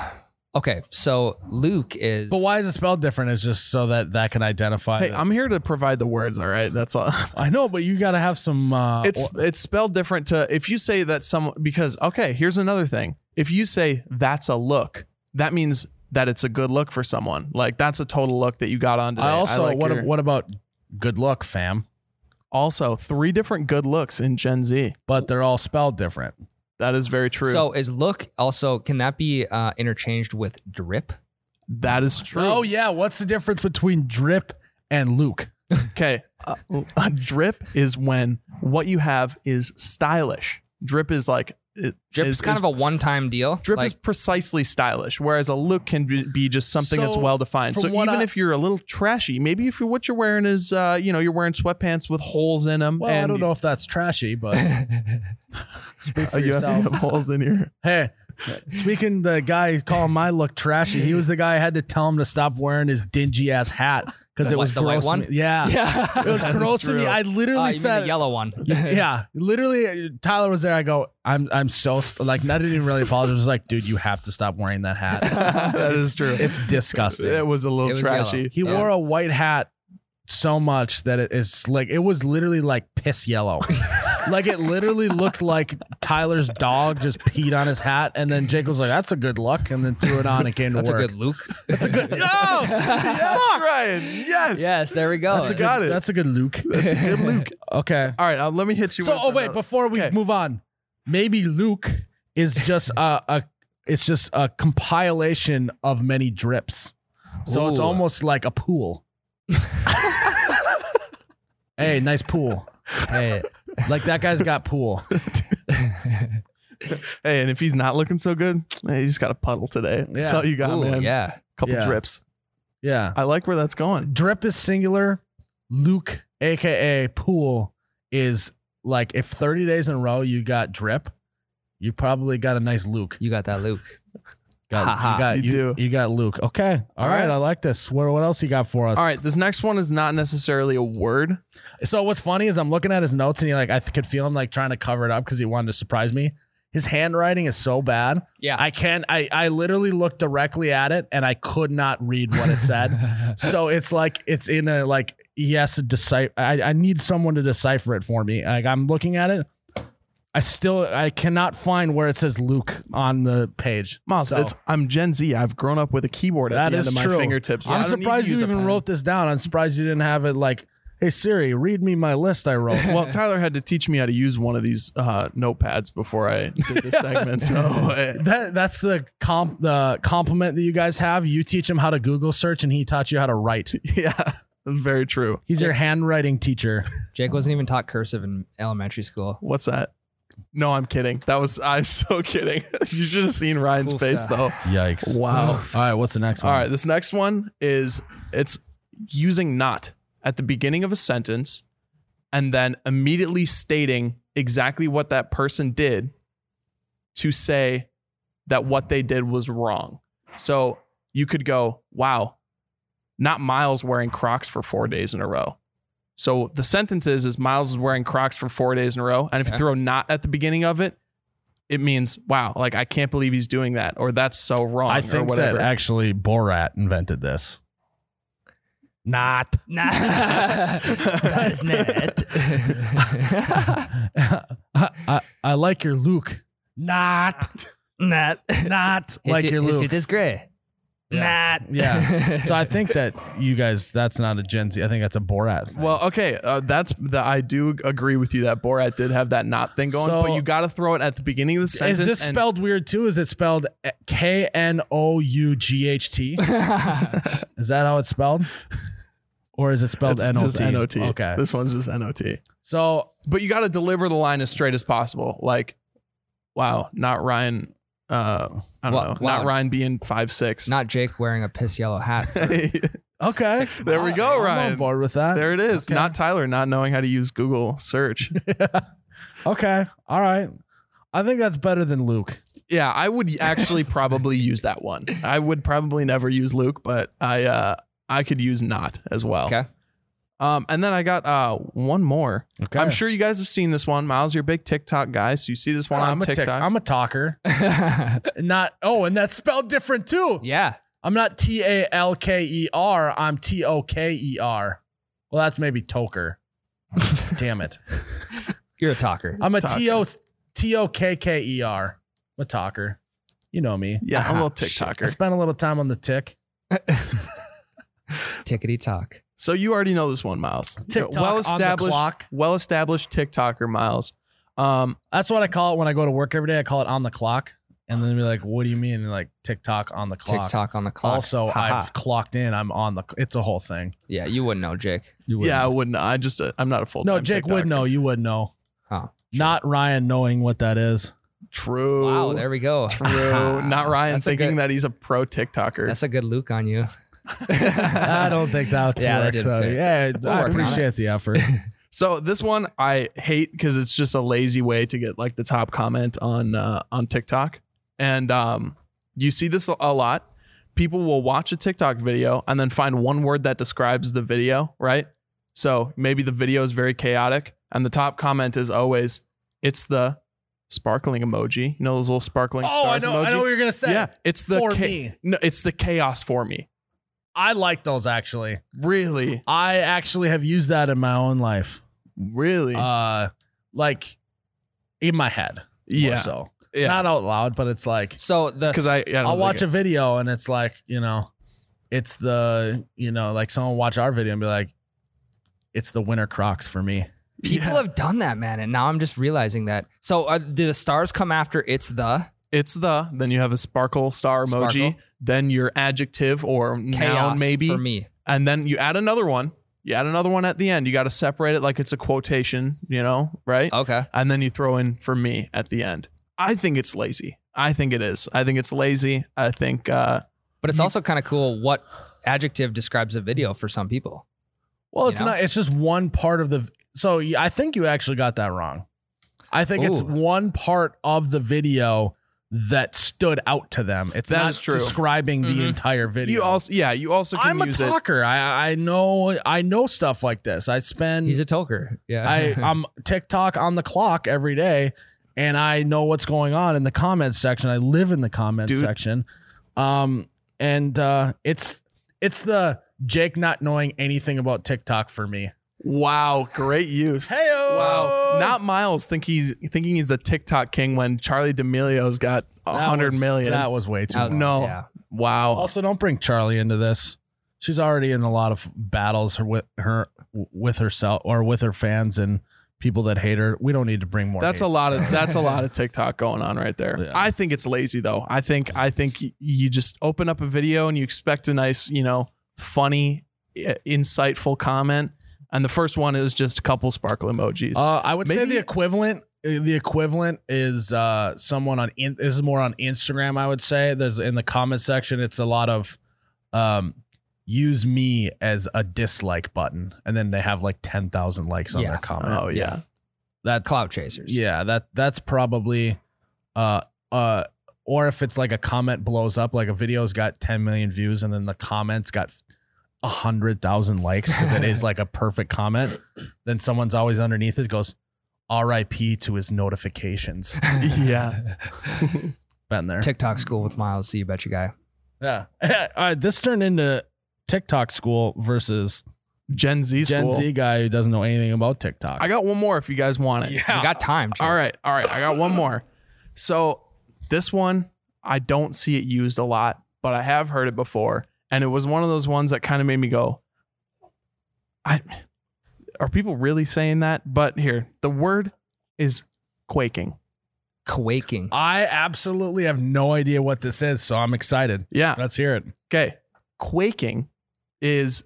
Speaker 6: Okay, so Luke is.
Speaker 1: But why is it spelled different? It's just so that that can identify.
Speaker 7: Hey,
Speaker 1: that-
Speaker 7: I'm here to provide the words, all right? That's all. (laughs)
Speaker 1: I know, but you got to have some. Uh,
Speaker 7: it's it's spelled different to if you say that some because okay here's another thing if you say that's a look that means that it's a good look for someone like that's a total look that you got on today
Speaker 1: I also
Speaker 7: like
Speaker 1: what
Speaker 7: your-
Speaker 1: what about good luck, fam?
Speaker 7: also three different good looks in gen z
Speaker 1: But they're all spelled different.
Speaker 7: that is very true
Speaker 6: So is look also? Can that be uh, interchanged with drip?
Speaker 7: that is true
Speaker 1: Oh yeah, what's the difference between drip and Luke?
Speaker 7: okay Uh, (laughs) a drip is when what you have is stylish drip is like it,
Speaker 6: Drip is,
Speaker 7: is-
Speaker 6: kind
Speaker 7: is-
Speaker 6: of a one-time deal.
Speaker 7: Drip
Speaker 6: like,
Speaker 7: is precisely stylish, whereas a look can be- be just something that's
Speaker 1: So,
Speaker 7: well defined. So
Speaker 1: from what
Speaker 7: even
Speaker 1: I-
Speaker 7: if you're a little trashy, maybe if you're, what you're wearing is, uh, you know, you're wearing sweatpants with holes in them.
Speaker 1: Well, I don't know if that's trashy, but speak for
Speaker 7: Oh, you have,
Speaker 1: yourself.
Speaker 7: you have holes in here.
Speaker 1: Hey, speaking the guy calling my look trashy, he was the guy I had to tell him to stop wearing his dingy ass hat because
Speaker 6: The
Speaker 1: it was
Speaker 6: whi- the white
Speaker 1: gross. to
Speaker 6: one?
Speaker 1: me. (laughs) Yeah. It
Speaker 7: (laughs)
Speaker 1: was
Speaker 7: That is
Speaker 1: gross to me.
Speaker 7: true.
Speaker 1: I
Speaker 6: uh,
Speaker 1: literally
Speaker 6: you mean
Speaker 1: said
Speaker 6: the yellow (laughs) one.
Speaker 1: (laughs) Yeah, literally, uh, Tyler was there. I go, I'm, I'm so st-, like, I didn't even really apologize. I was like, dude, you have to stop wearing that hat.
Speaker 7: (laughs) (laughs) that is true.
Speaker 1: It's disgusting.
Speaker 7: It was a little
Speaker 6: It was
Speaker 7: trashy.
Speaker 1: (laughs)
Speaker 6: yellow.
Speaker 1: He
Speaker 6: Yeah.
Speaker 1: wore a
Speaker 6: (laughs)
Speaker 1: white hat so much that it is like it was literally like piss yellow. Like it literally looked like Tyler's dog just peed on his hat, and then Jake was like, "That's a good luck," and then threw it on and came to
Speaker 6: That's a
Speaker 1: work.
Speaker 6: good
Speaker 7: (laughs)
Speaker 6: Luke.
Speaker 1: that's a good. (laughs) Oh,
Speaker 7: yes, Ryan. Yes.
Speaker 6: (laughs) yes, there we go.
Speaker 7: That's a good- Got it.
Speaker 1: That's a good Luke.
Speaker 7: That's a good Luke.
Speaker 1: (laughs) Okay.
Speaker 7: All right, uh, let me hit you.
Speaker 1: So,
Speaker 7: with
Speaker 1: oh wait,
Speaker 7: another-
Speaker 1: before we
Speaker 7: Okay.
Speaker 1: move on, maybe Luke is just a, a it's just a compilation of many drips. So it's
Speaker 6: Ooh.
Speaker 1: almost like a pool. hey, nice pool.
Speaker 6: Hey,
Speaker 1: Like that guy's got pool.
Speaker 7: (laughs) hey, and if he's not looking so good, hey, you just got a puddle today. That's
Speaker 1: Yeah.
Speaker 7: all you got,
Speaker 6: ooh,
Speaker 7: man.
Speaker 6: yeah.
Speaker 7: Couple
Speaker 1: Yeah.
Speaker 7: drips.
Speaker 1: Yeah.
Speaker 7: I like where that's going.
Speaker 1: Drip is singular. Luke, aka pool, is like if 30 days in a row you got drip, you probably got a nice Luke.
Speaker 6: You got that Luke.
Speaker 1: Got,
Speaker 6: Ha ha.
Speaker 1: you, got
Speaker 7: You
Speaker 1: you,
Speaker 7: do.
Speaker 1: you got Luke. Okay.
Speaker 7: All
Speaker 1: All right.
Speaker 7: right.
Speaker 1: I like this. What what else you got for us?
Speaker 7: All right, this next one is not necessarily a word.
Speaker 1: So what's funny is I'm looking at his notes and he like I could feel him like trying to cover it up because he wanted to surprise me. His handwriting is so bad.
Speaker 6: Yeah.
Speaker 1: I can I I literally looked directly at it and I could not read what it
Speaker 7: (laughs)
Speaker 1: said. so it's like it's in a like he has to decipher. I, I need someone to decipher it for me. Like I'm looking at it. I still I cannot find where it says Luke on the page.
Speaker 7: Miles,
Speaker 1: So-
Speaker 7: it's, I'm Gen Z. I've grown up with a keyboard at
Speaker 1: That
Speaker 7: the end
Speaker 1: is
Speaker 7: of my
Speaker 1: true.
Speaker 7: fingertips. I
Speaker 1: I'm
Speaker 7: don't need to
Speaker 1: surprised you
Speaker 7: use a
Speaker 1: even
Speaker 7: pen.
Speaker 1: wrote this down. I'm surprised you didn't have it like, hey Siri, read me my list I wrote.
Speaker 7: (laughs) Well, Tyler had to teach me how to use one of these uh, notepads before I did (laughs) this segment. So uh, (laughs)
Speaker 1: That that's the comp the compliment that you guys have. You teach him how to Google search, and he taught you how to write.
Speaker 7: yeah, very true.
Speaker 1: He's your handwriting teacher.
Speaker 6: Jake wasn't even taught cursive in elementary school.
Speaker 7: What's that? No, I'm kidding. That was I'm so (laughs) kidding. you should have seen Ryan's
Speaker 6: Oofta.
Speaker 7: face though.
Speaker 1: Yikes!
Speaker 7: Wow.
Speaker 1: All right, what's the next one?
Speaker 7: All right, this next one is it's using not at the beginning of a sentence and then immediately stating exactly what that person did to say that what they did was wrong. So you could go, wow, not Miles wearing Crocs for four days in a row. So the sentence is, is Miles is wearing Crocs for four days in a row. And if you
Speaker 6: Okay.
Speaker 7: throw not at the beginning of it, it means, wow, like I can't believe he's doing that, or that's so wrong,
Speaker 1: I
Speaker 7: or
Speaker 1: think
Speaker 7: whatever.
Speaker 1: that actually Borat invented this. Not.
Speaker 6: Nah. (laughs) that is net.
Speaker 1: I, (laughs) I, I like your Luke. Not.
Speaker 7: (laughs)
Speaker 6: net.
Speaker 1: Not
Speaker 6: His
Speaker 1: like
Speaker 6: suit-
Speaker 1: your
Speaker 6: his
Speaker 1: Luke.
Speaker 6: suit is gray. Not.
Speaker 1: Yeah. So I think that you guys, that's not a Gen Z. I think that's a Borat. Thing.
Speaker 7: Well, okay, uh, that's the I do agree with you that Borat did have that not thing going,
Speaker 1: So-
Speaker 7: but you got to throw it at the beginning of the
Speaker 1: Is
Speaker 7: sentence.
Speaker 1: this
Speaker 7: and-
Speaker 1: spelled weird too? Is it spelled K N O U G H
Speaker 7: (laughs)
Speaker 1: T? Is that how it's spelled? Or is it spelled
Speaker 7: It's
Speaker 1: N O
Speaker 7: just
Speaker 1: T?
Speaker 7: Not.
Speaker 1: Okay.
Speaker 7: this one's just not.
Speaker 1: So
Speaker 7: But you got to deliver the line as straight as possible. Like, wow, not Ryan. Uh, I don't
Speaker 6: Wow-
Speaker 7: know,
Speaker 6: wow.
Speaker 7: not Ryan being five
Speaker 6: (laughs)
Speaker 7: six. (laughs)
Speaker 6: Not Jake wearing a piss yellow hat.
Speaker 7: there
Speaker 1: okay,
Speaker 7: we go,
Speaker 1: I'm on
Speaker 7: Ryan.
Speaker 1: board with that.
Speaker 7: There it is.
Speaker 1: Okay.
Speaker 7: Not Tyler not knowing how to use Google search.
Speaker 1: okay. All right. I think that's better than Luke.
Speaker 7: yeah, I would
Speaker 1: (laughs)
Speaker 7: actually probably use that one. I would probably never use Luke, but I uh, I could use not as well.
Speaker 6: Okay.
Speaker 7: Um, and then I got uh, one more.
Speaker 1: Okay.
Speaker 7: I'm sure you guys have seen this one. Miles, you're a big TikTok guy, so you see this one on
Speaker 1: I'm a
Speaker 7: TikTok.
Speaker 1: tick- I'm a
Speaker 7: (laughs)
Speaker 1: talker. Not oh, and that's spelled different
Speaker 6: (laughs)
Speaker 1: too.
Speaker 6: yeah.
Speaker 1: I'm not T A L K E R. I'm T O K E R. Well, that's maybe
Speaker 7: (laughs)
Speaker 1: Toker. Damn it.
Speaker 6: You're a talker.
Speaker 1: I'm a
Speaker 7: Talker.
Speaker 1: T O T O K K E R. I'm a talker. You know me.
Speaker 7: yeah, I'm
Speaker 1: (laughs)
Speaker 7: a little
Speaker 1: I
Speaker 7: TikToker.
Speaker 1: spent a little time on the tick.
Speaker 6: Tickety talk.
Speaker 7: So you already know this one, Miles.
Speaker 1: (laughs) TikTok
Speaker 7: well
Speaker 1: on the
Speaker 7: established,
Speaker 1: clock.
Speaker 7: well established TikToker, Miles. Um,
Speaker 1: That's what I call it when I go to work every day. I call it on the clock. And then be like, what do you mean? And like TikTok on the clock.
Speaker 6: TikTok on the clock.
Speaker 1: Also,
Speaker 6: Ha ha.
Speaker 1: I've clocked in. I'm on the. It's a whole thing.
Speaker 6: Yeah, you wouldn't know, Jake. You
Speaker 7: yeah, I wouldn't. I just uh, I'm not a full.
Speaker 1: No, Jake would know. You would know.
Speaker 6: Oh,
Speaker 1: Not Ryan knowing what that
Speaker 7: (laughs)
Speaker 1: is.
Speaker 7: True.
Speaker 6: Wow, there we go.
Speaker 1: (laughs)
Speaker 6: (laughs)
Speaker 7: True. Not Ryan
Speaker 6: That's a
Speaker 7: thinking
Speaker 6: good-
Speaker 7: that he's a pro TikToker.
Speaker 6: That's a good Luke on you.
Speaker 1: (laughs) I don't think that would
Speaker 6: Yeah, that
Speaker 1: work.
Speaker 6: didn't
Speaker 1: So,
Speaker 6: fit.
Speaker 1: yeah,
Speaker 6: We're
Speaker 1: I
Speaker 6: working on it.
Speaker 1: appreciate the
Speaker 7: (laughs)
Speaker 1: effort.
Speaker 7: So this one I hate because it's just a lazy way to get like the top comment on uh, on TikTok, and um, you see this a lot. People will watch a TikTok video and then find one word that describes the video, right? So maybe the video is very chaotic, and the top comment is always, "It's the sparkling emoji." You know those little sparkling
Speaker 1: oh, I
Speaker 7: stars
Speaker 1: know.
Speaker 7: emoji.
Speaker 1: I know what you're gonna say.
Speaker 7: yeah, it's the
Speaker 1: for
Speaker 7: cha-
Speaker 1: me.
Speaker 7: No, it's the chaos for me.
Speaker 1: I like those actually.
Speaker 7: Really,
Speaker 1: I actually have used that in my own life.
Speaker 7: really.
Speaker 1: Uh, like in my head. Yeah.
Speaker 7: Yeah.
Speaker 1: so
Speaker 7: Yeah.
Speaker 1: not out loud, but it's like
Speaker 6: So the
Speaker 7: 'Cause I- I don't
Speaker 1: I'll
Speaker 7: like
Speaker 1: watch
Speaker 7: it.
Speaker 1: a video and it's like you know, it's the you know like someone watch our video and be like, it's the winter Crocs for me.
Speaker 6: people
Speaker 7: Yeah.
Speaker 6: have done that, man, and now I'm just realizing that. So uh, do the stars come after? It's the
Speaker 7: It's the, then you have a sparkle star emoji,
Speaker 6: Sparkle.
Speaker 7: then your adjective or
Speaker 6: chaos
Speaker 7: noun maybe,
Speaker 6: for me.
Speaker 7: and then you add another one. You add another one at the end. You got to separate it like it's a quotation, you know,
Speaker 1: Uh,
Speaker 7: right?
Speaker 6: Okay.
Speaker 7: and then you throw in for me at the end. I think it's lazy. I think it is. I think it's lazy. I think uh
Speaker 6: But it's also kind of cool what adjective describes a video for some people.
Speaker 1: Well,
Speaker 6: You
Speaker 1: it's
Speaker 6: know?
Speaker 1: not. It's just one part of the. So y- I think you actually got that wrong. I think it's
Speaker 6: Ooh.
Speaker 1: one part of the video that stood out to them. It's
Speaker 7: That
Speaker 1: not
Speaker 7: is true. Mm-hmm.
Speaker 1: describing the
Speaker 6: Mhm.
Speaker 1: entire video.
Speaker 7: you also yeah, you also can
Speaker 1: I'm a
Speaker 7: use
Speaker 1: talker. I I know I know stuff like this. I spend
Speaker 6: He's a toker. Yeah. (laughs)
Speaker 7: (laughs)
Speaker 1: I I'm TikTok on the clock every day, and I know what's going on in the comments section. I live in the comments
Speaker 7: Dude.
Speaker 1: section, um, and uh, it's it's the Jake not knowing anything about TikTok for me.
Speaker 7: it. Wow, great use.
Speaker 1: Hey,
Speaker 7: Wow. Not Miles think he's thinking he's the TikTok king when Charlie D'Amelio's got a hundred million.
Speaker 1: That was way too.
Speaker 6: That was-
Speaker 1: much.
Speaker 7: no.
Speaker 6: Yeah.
Speaker 7: Wow.
Speaker 1: Also, don't bring Charlie into this. She's already in a lot of battles her with her with herself or with her fans and people that hate her. We don't need to bring more.
Speaker 7: that's a
Speaker 1: hate to
Speaker 7: lot of
Speaker 1: Charlie.
Speaker 7: that's a
Speaker 1: (laughs)
Speaker 7: lot of TikTok going on right there.
Speaker 1: Yeah.
Speaker 7: I think it's lazy though. I think I think y- you just open up a video and you expect a nice, you know, funny, i- insightful comment, and the first one is just a couple sparkle emojis.
Speaker 1: Uh, I would say
Speaker 7: Maybe-
Speaker 1: the equivalent. The equivalent is uh, someone on in, this is more on Instagram. I would say there's in the comment section. It's a lot of um, use me as a dislike button, and then they have like ten thousand likes on
Speaker 6: Yeah.
Speaker 1: their comment. (laughs)
Speaker 7: oh yeah,
Speaker 1: that's
Speaker 6: Cloud chasers.
Speaker 1: yeah. That that's probably uh uh. Or if it's like a comment blows up, like a video's got 10 million views and then the comments got 100,000 likes because it
Speaker 7: (laughs)
Speaker 1: is like a perfect comment, then someone's always underneath it goes, RIP to his notifications.
Speaker 7: (laughs) yeah.
Speaker 1: Been there.
Speaker 6: TikTok school with Miles. See you, betcha guy.
Speaker 1: yeah. (laughs) All right. This turned into TikTok school versus
Speaker 7: Gen Z
Speaker 1: Gen
Speaker 7: school.
Speaker 1: Z guy who doesn't know anything about TikTok.
Speaker 7: I got one more if you guys want it.
Speaker 6: We got time. Jake.
Speaker 7: Ah. All right, all right. I got one more. So this one, I don't see it used a lot, but I have heard it before, and it was one of those ones that kind of made me go, "I are people really saying that?" But here, the word is quaking.
Speaker 6: Quaking.
Speaker 1: I absolutely have no idea what this is, so I'm excited.
Speaker 7: Yeah.
Speaker 1: Let's hear it.
Speaker 7: Okay. Quaking is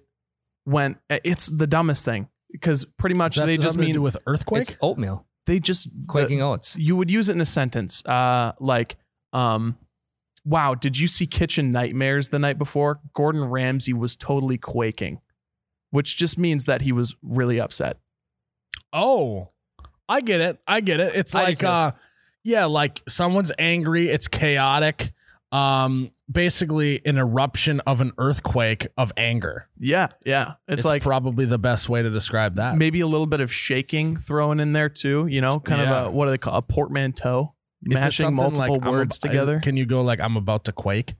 Speaker 7: when it's the dumbest thing because pretty much
Speaker 1: That's
Speaker 7: they just
Speaker 1: something to
Speaker 7: mean
Speaker 1: do with earthquake.
Speaker 6: It's oatmeal.
Speaker 7: they just
Speaker 6: Quaking oats.
Speaker 7: you would use it in a sentence uh like um wow did you see kitchen nightmares the night before gordon ramsay was totally quaking which just means that he was really upset
Speaker 1: Oh, I get it. I get it. It's
Speaker 6: I do
Speaker 1: like,
Speaker 6: too.
Speaker 1: uh, yeah, like someone's angry. It's chaotic. Um, basically, an eruption of an earthquake of anger.
Speaker 7: yeah yeah it's,
Speaker 1: It's
Speaker 7: like
Speaker 1: probably the best way to describe that.
Speaker 7: maybe a little bit of shaking thrown in there too you know kind
Speaker 1: Yeah.
Speaker 7: of a what do they call a (laughs) portmanteau
Speaker 1: Is it
Speaker 7: mashing
Speaker 1: something
Speaker 7: multiple
Speaker 1: like, I'm
Speaker 7: words
Speaker 1: ab- is-
Speaker 7: together
Speaker 1: Can you go like I'm about to quake?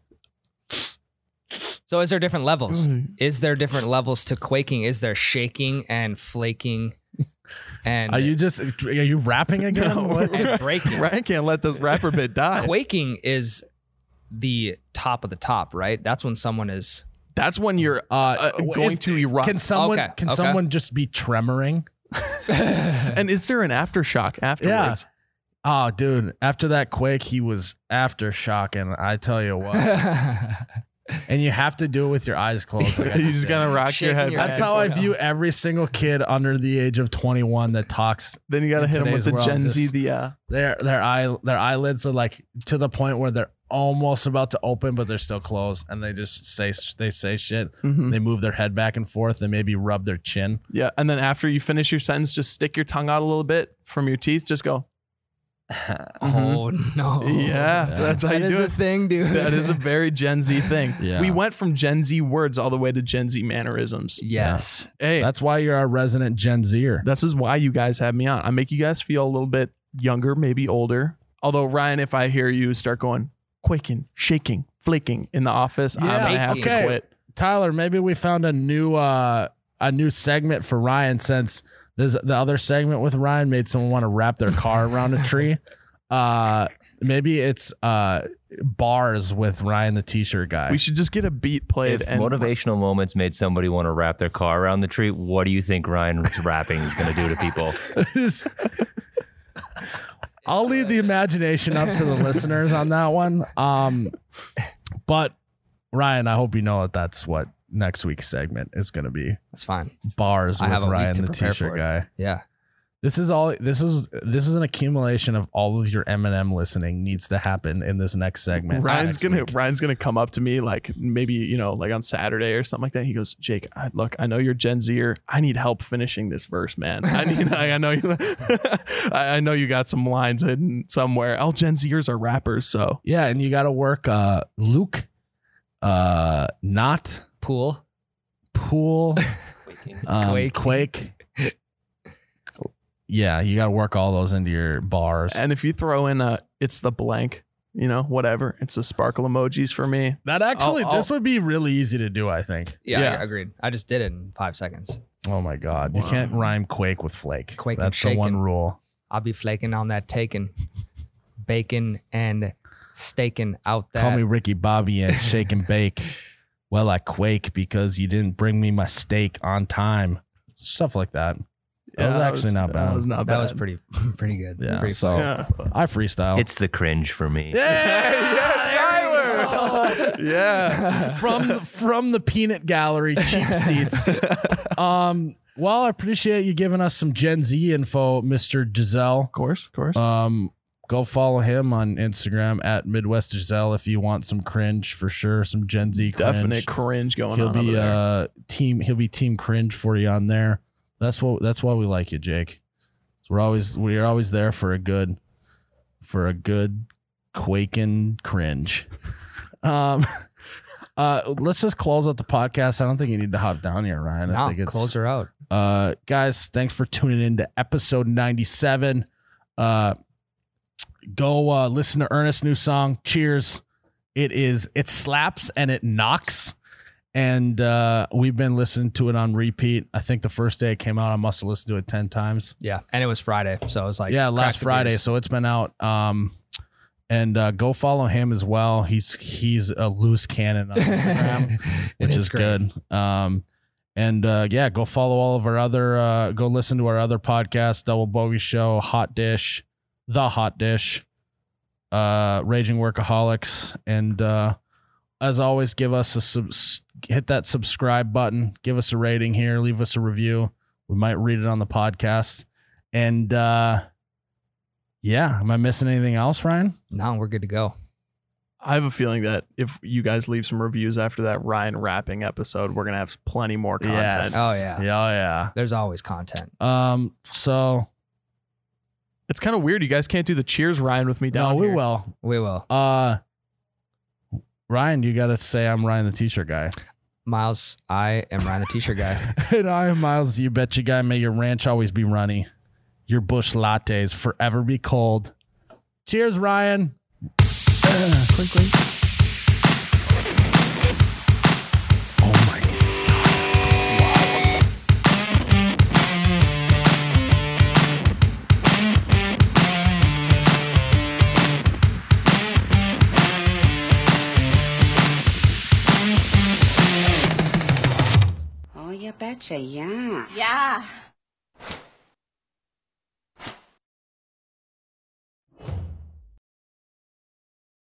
Speaker 6: So is there different levels?
Speaker 7: Mm.
Speaker 6: Is there different levels to quaking? Is there shaking and
Speaker 7: (laughs)
Speaker 6: flaking and,
Speaker 1: Are you just are you rapping
Speaker 7: (laughs)
Speaker 1: again?
Speaker 7: No.
Speaker 1: What- Uh,
Speaker 6: and breaking?
Speaker 7: Ryan can't let this rapper bit die.
Speaker 6: Quaking is the top of the top, right? That's when someone is
Speaker 7: (laughs) That's when you're
Speaker 1: Uh,
Speaker 7: uh,
Speaker 1: is-
Speaker 7: going to erupt.
Speaker 1: Can someone
Speaker 6: Okay,
Speaker 1: can
Speaker 6: okay.
Speaker 1: someone just be tremoring?
Speaker 7: and is there an aftershock afterwards?
Speaker 1: Oh, dude! After that quake, he was aftershock, and I tell you what. and you have to do it with your eyes closed. like I
Speaker 7: (laughs) (laughs) you
Speaker 1: just
Speaker 7: just
Speaker 1: did.
Speaker 7: gonna rock your
Speaker 6: Shaking
Speaker 7: head.
Speaker 6: your
Speaker 7: back
Speaker 1: That's
Speaker 7: and
Speaker 1: how I
Speaker 7: forth.
Speaker 1: view every single kid under the age of 21 that talks.
Speaker 7: Then you gotta
Speaker 1: in
Speaker 7: hit him with
Speaker 1: today's
Speaker 7: the
Speaker 1: world,
Speaker 7: Gen Z.
Speaker 1: just-
Speaker 7: The uh,
Speaker 1: Their their eye their eyelids are like to the point where they're almost about to open, but they're still closed, and they just say they say shit.
Speaker 7: Mm-hmm.
Speaker 1: They move their head back and forth. They maybe rub their chin.
Speaker 7: yeah, and then after you finish your sentence, just stick your tongue out a little bit from your teeth. Just go.
Speaker 6: Oh no.
Speaker 7: Yeah, that's how
Speaker 6: That
Speaker 7: you
Speaker 6: is
Speaker 7: do
Speaker 6: a
Speaker 7: it.
Speaker 6: thing, dude.
Speaker 7: That is
Speaker 6: (laughs)
Speaker 7: a very Gen Z thing.
Speaker 1: (laughs) Yeah.
Speaker 7: We went from Gen Z words all the way to Gen Z mannerisms.
Speaker 6: Yes.
Speaker 7: Hey,
Speaker 1: That's why you're our resident Gen Zer.
Speaker 7: this is why you guys have me on. I make you guys feel a little bit younger, maybe older. Although Ryan, if I hear you start going quaking, shaking, flaking in the office, I'm gonna have
Speaker 6: okay.
Speaker 7: to quit.
Speaker 1: Tyler, maybe we found a new uh a new segment for Ryan since This, the other segment with Ryan made someone want to wrap their car around a tree. Uh, maybe it's uh, bars with Ryan the T-shirt guy.
Speaker 7: We should just get a beat
Speaker 2: (laughs)
Speaker 7: played
Speaker 2: If
Speaker 7: and
Speaker 2: motivational moments made somebody want to wrap their car around the tree, what do you think Ryan's rapping is going to do to people?
Speaker 1: (laughs) I'll leave the imagination up to the listeners on that one. Um, but Ryan, I hope you know that that's what next week's segment is going to be.
Speaker 6: That's fine.
Speaker 1: Bars
Speaker 6: I
Speaker 1: with
Speaker 6: have a week
Speaker 1: Ryan
Speaker 6: to
Speaker 1: the
Speaker 6: prepare
Speaker 1: T-shirt
Speaker 6: for it.
Speaker 1: guy.
Speaker 6: Yeah.
Speaker 1: This is all. This is this is an accumulation of all of your Eminem listening needs to happen in this next segment.
Speaker 7: Ryan's
Speaker 1: Next
Speaker 7: gonna
Speaker 1: week.
Speaker 7: Ryan's gonna come up to me like maybe you know like on Saturday or something like that. He goes, Jake, I, look, I know you're Gen Zer. I need help finishing this verse, man. I need, (laughs) I, I know you, I, I know you got some lines hidden somewhere. All Gen Zers are rappers, so
Speaker 1: Yeah, and you got to work uh, Luke, uh, not
Speaker 6: Pool.
Speaker 1: pool, um,
Speaker 6: Quake.
Speaker 1: quake. Yeah, you got to work all those into your bars.
Speaker 7: and if you throw in a, it's the blank, you know, whatever. It's the sparkle emojis for me.
Speaker 1: that actually,
Speaker 7: I'll- I'll-
Speaker 1: this would be really easy to do, I think.
Speaker 6: Yeah,
Speaker 7: Yeah.
Speaker 6: I agreed. I just did it in five seconds.
Speaker 1: Oh my God. You can't rhyme quake with flake.
Speaker 6: Quake and
Speaker 1: That's the one
Speaker 6: shaken.
Speaker 1: rule.
Speaker 6: I'll be flaking on that taken, bacon and staking out that.
Speaker 1: Call me Ricky Bobby and shake and bake. Well, I quake because you didn't bring me my steak on time. Stuff like that. That was actually not
Speaker 7: That
Speaker 1: bad.
Speaker 7: was not
Speaker 6: that
Speaker 7: bad.
Speaker 6: was pretty, (laughs) pretty good.
Speaker 1: Yeah.
Speaker 6: Pretty
Speaker 1: so
Speaker 7: Yeah. (laughs)
Speaker 1: I freestyle.
Speaker 2: It's (laughs) the cringe for me.
Speaker 7: Tyler. yeah.
Speaker 1: (laughs) from the, from the peanut gallery cheap seats um well i appreciate you giving us some gen z info mr giselle
Speaker 7: Of course, of course.
Speaker 1: um go follow him on instagram at midwest giselle if you want some cringe for sure some gen z cringe.
Speaker 7: Definite cringe going
Speaker 1: he'll
Speaker 7: on.
Speaker 1: be
Speaker 7: over there.
Speaker 1: uh team he'll be team cringe for you on there that's what that's why we like you jake so we're always we're always there for a good for a good quaking cringe (laughs) um (laughs) uh let's just close out the podcast i don't think you need to hop down here ryan i
Speaker 6: No,
Speaker 1: think it's
Speaker 6: close her out.
Speaker 1: uh guys thanks for tuning in to episode 97 uh go uh listen to ernest's new song cheers it is it slaps and it knocks and uh we've been listening to it on repeat i think the first day it came out i must have listened to it 10 times
Speaker 6: Yeah, and it was Friday, so I was like,
Speaker 1: yeah
Speaker 6: crack
Speaker 1: last
Speaker 6: the
Speaker 1: friday
Speaker 6: beers.
Speaker 1: so it's been out um and uh, go follow him as well. He's he's a loose cannon
Speaker 6: (laughs)
Speaker 1: on uh, Instagram
Speaker 6: And
Speaker 1: which
Speaker 6: it's
Speaker 1: is
Speaker 6: great.
Speaker 1: good. Um, and uh, yeah, go follow all of our other, uh, go listen to our other podcasts: Double Bogey Show, Hot Dish, The Hot Dish, uh, Raging Workaholics, and uh, as always, give us a sub- s- hit that subscribe button, give us a rating here, leave us a review. We might read it on the podcast. And uh, yeah, am I missing anything else, Ryan?
Speaker 6: No, we're good to go.
Speaker 7: I have a feeling that if you guys leave some reviews after that Ryan rapping episode, we're gonna have plenty more content.
Speaker 6: Oh, yeah.
Speaker 1: yeah, oh, yeah.
Speaker 6: There's always content.
Speaker 1: Um, so
Speaker 7: It's kind of weird. You guys can't do the cheers Ryan with me down
Speaker 1: no, we
Speaker 7: here.
Speaker 1: will.
Speaker 6: We will.
Speaker 1: Uh, Ryan, you got to say I'm Ryan the T-shirt guy,
Speaker 6: Miles, I am Ryan the T-shirt guy.
Speaker 1: (laughs) and I'm Miles. You bet you guy. May your ranch always be runny, your bush lattes forever be cold. Cheers, Ryan. (sighs)
Speaker 4: Oh, you betcha, yeah. Oh,
Speaker 8: Yeah.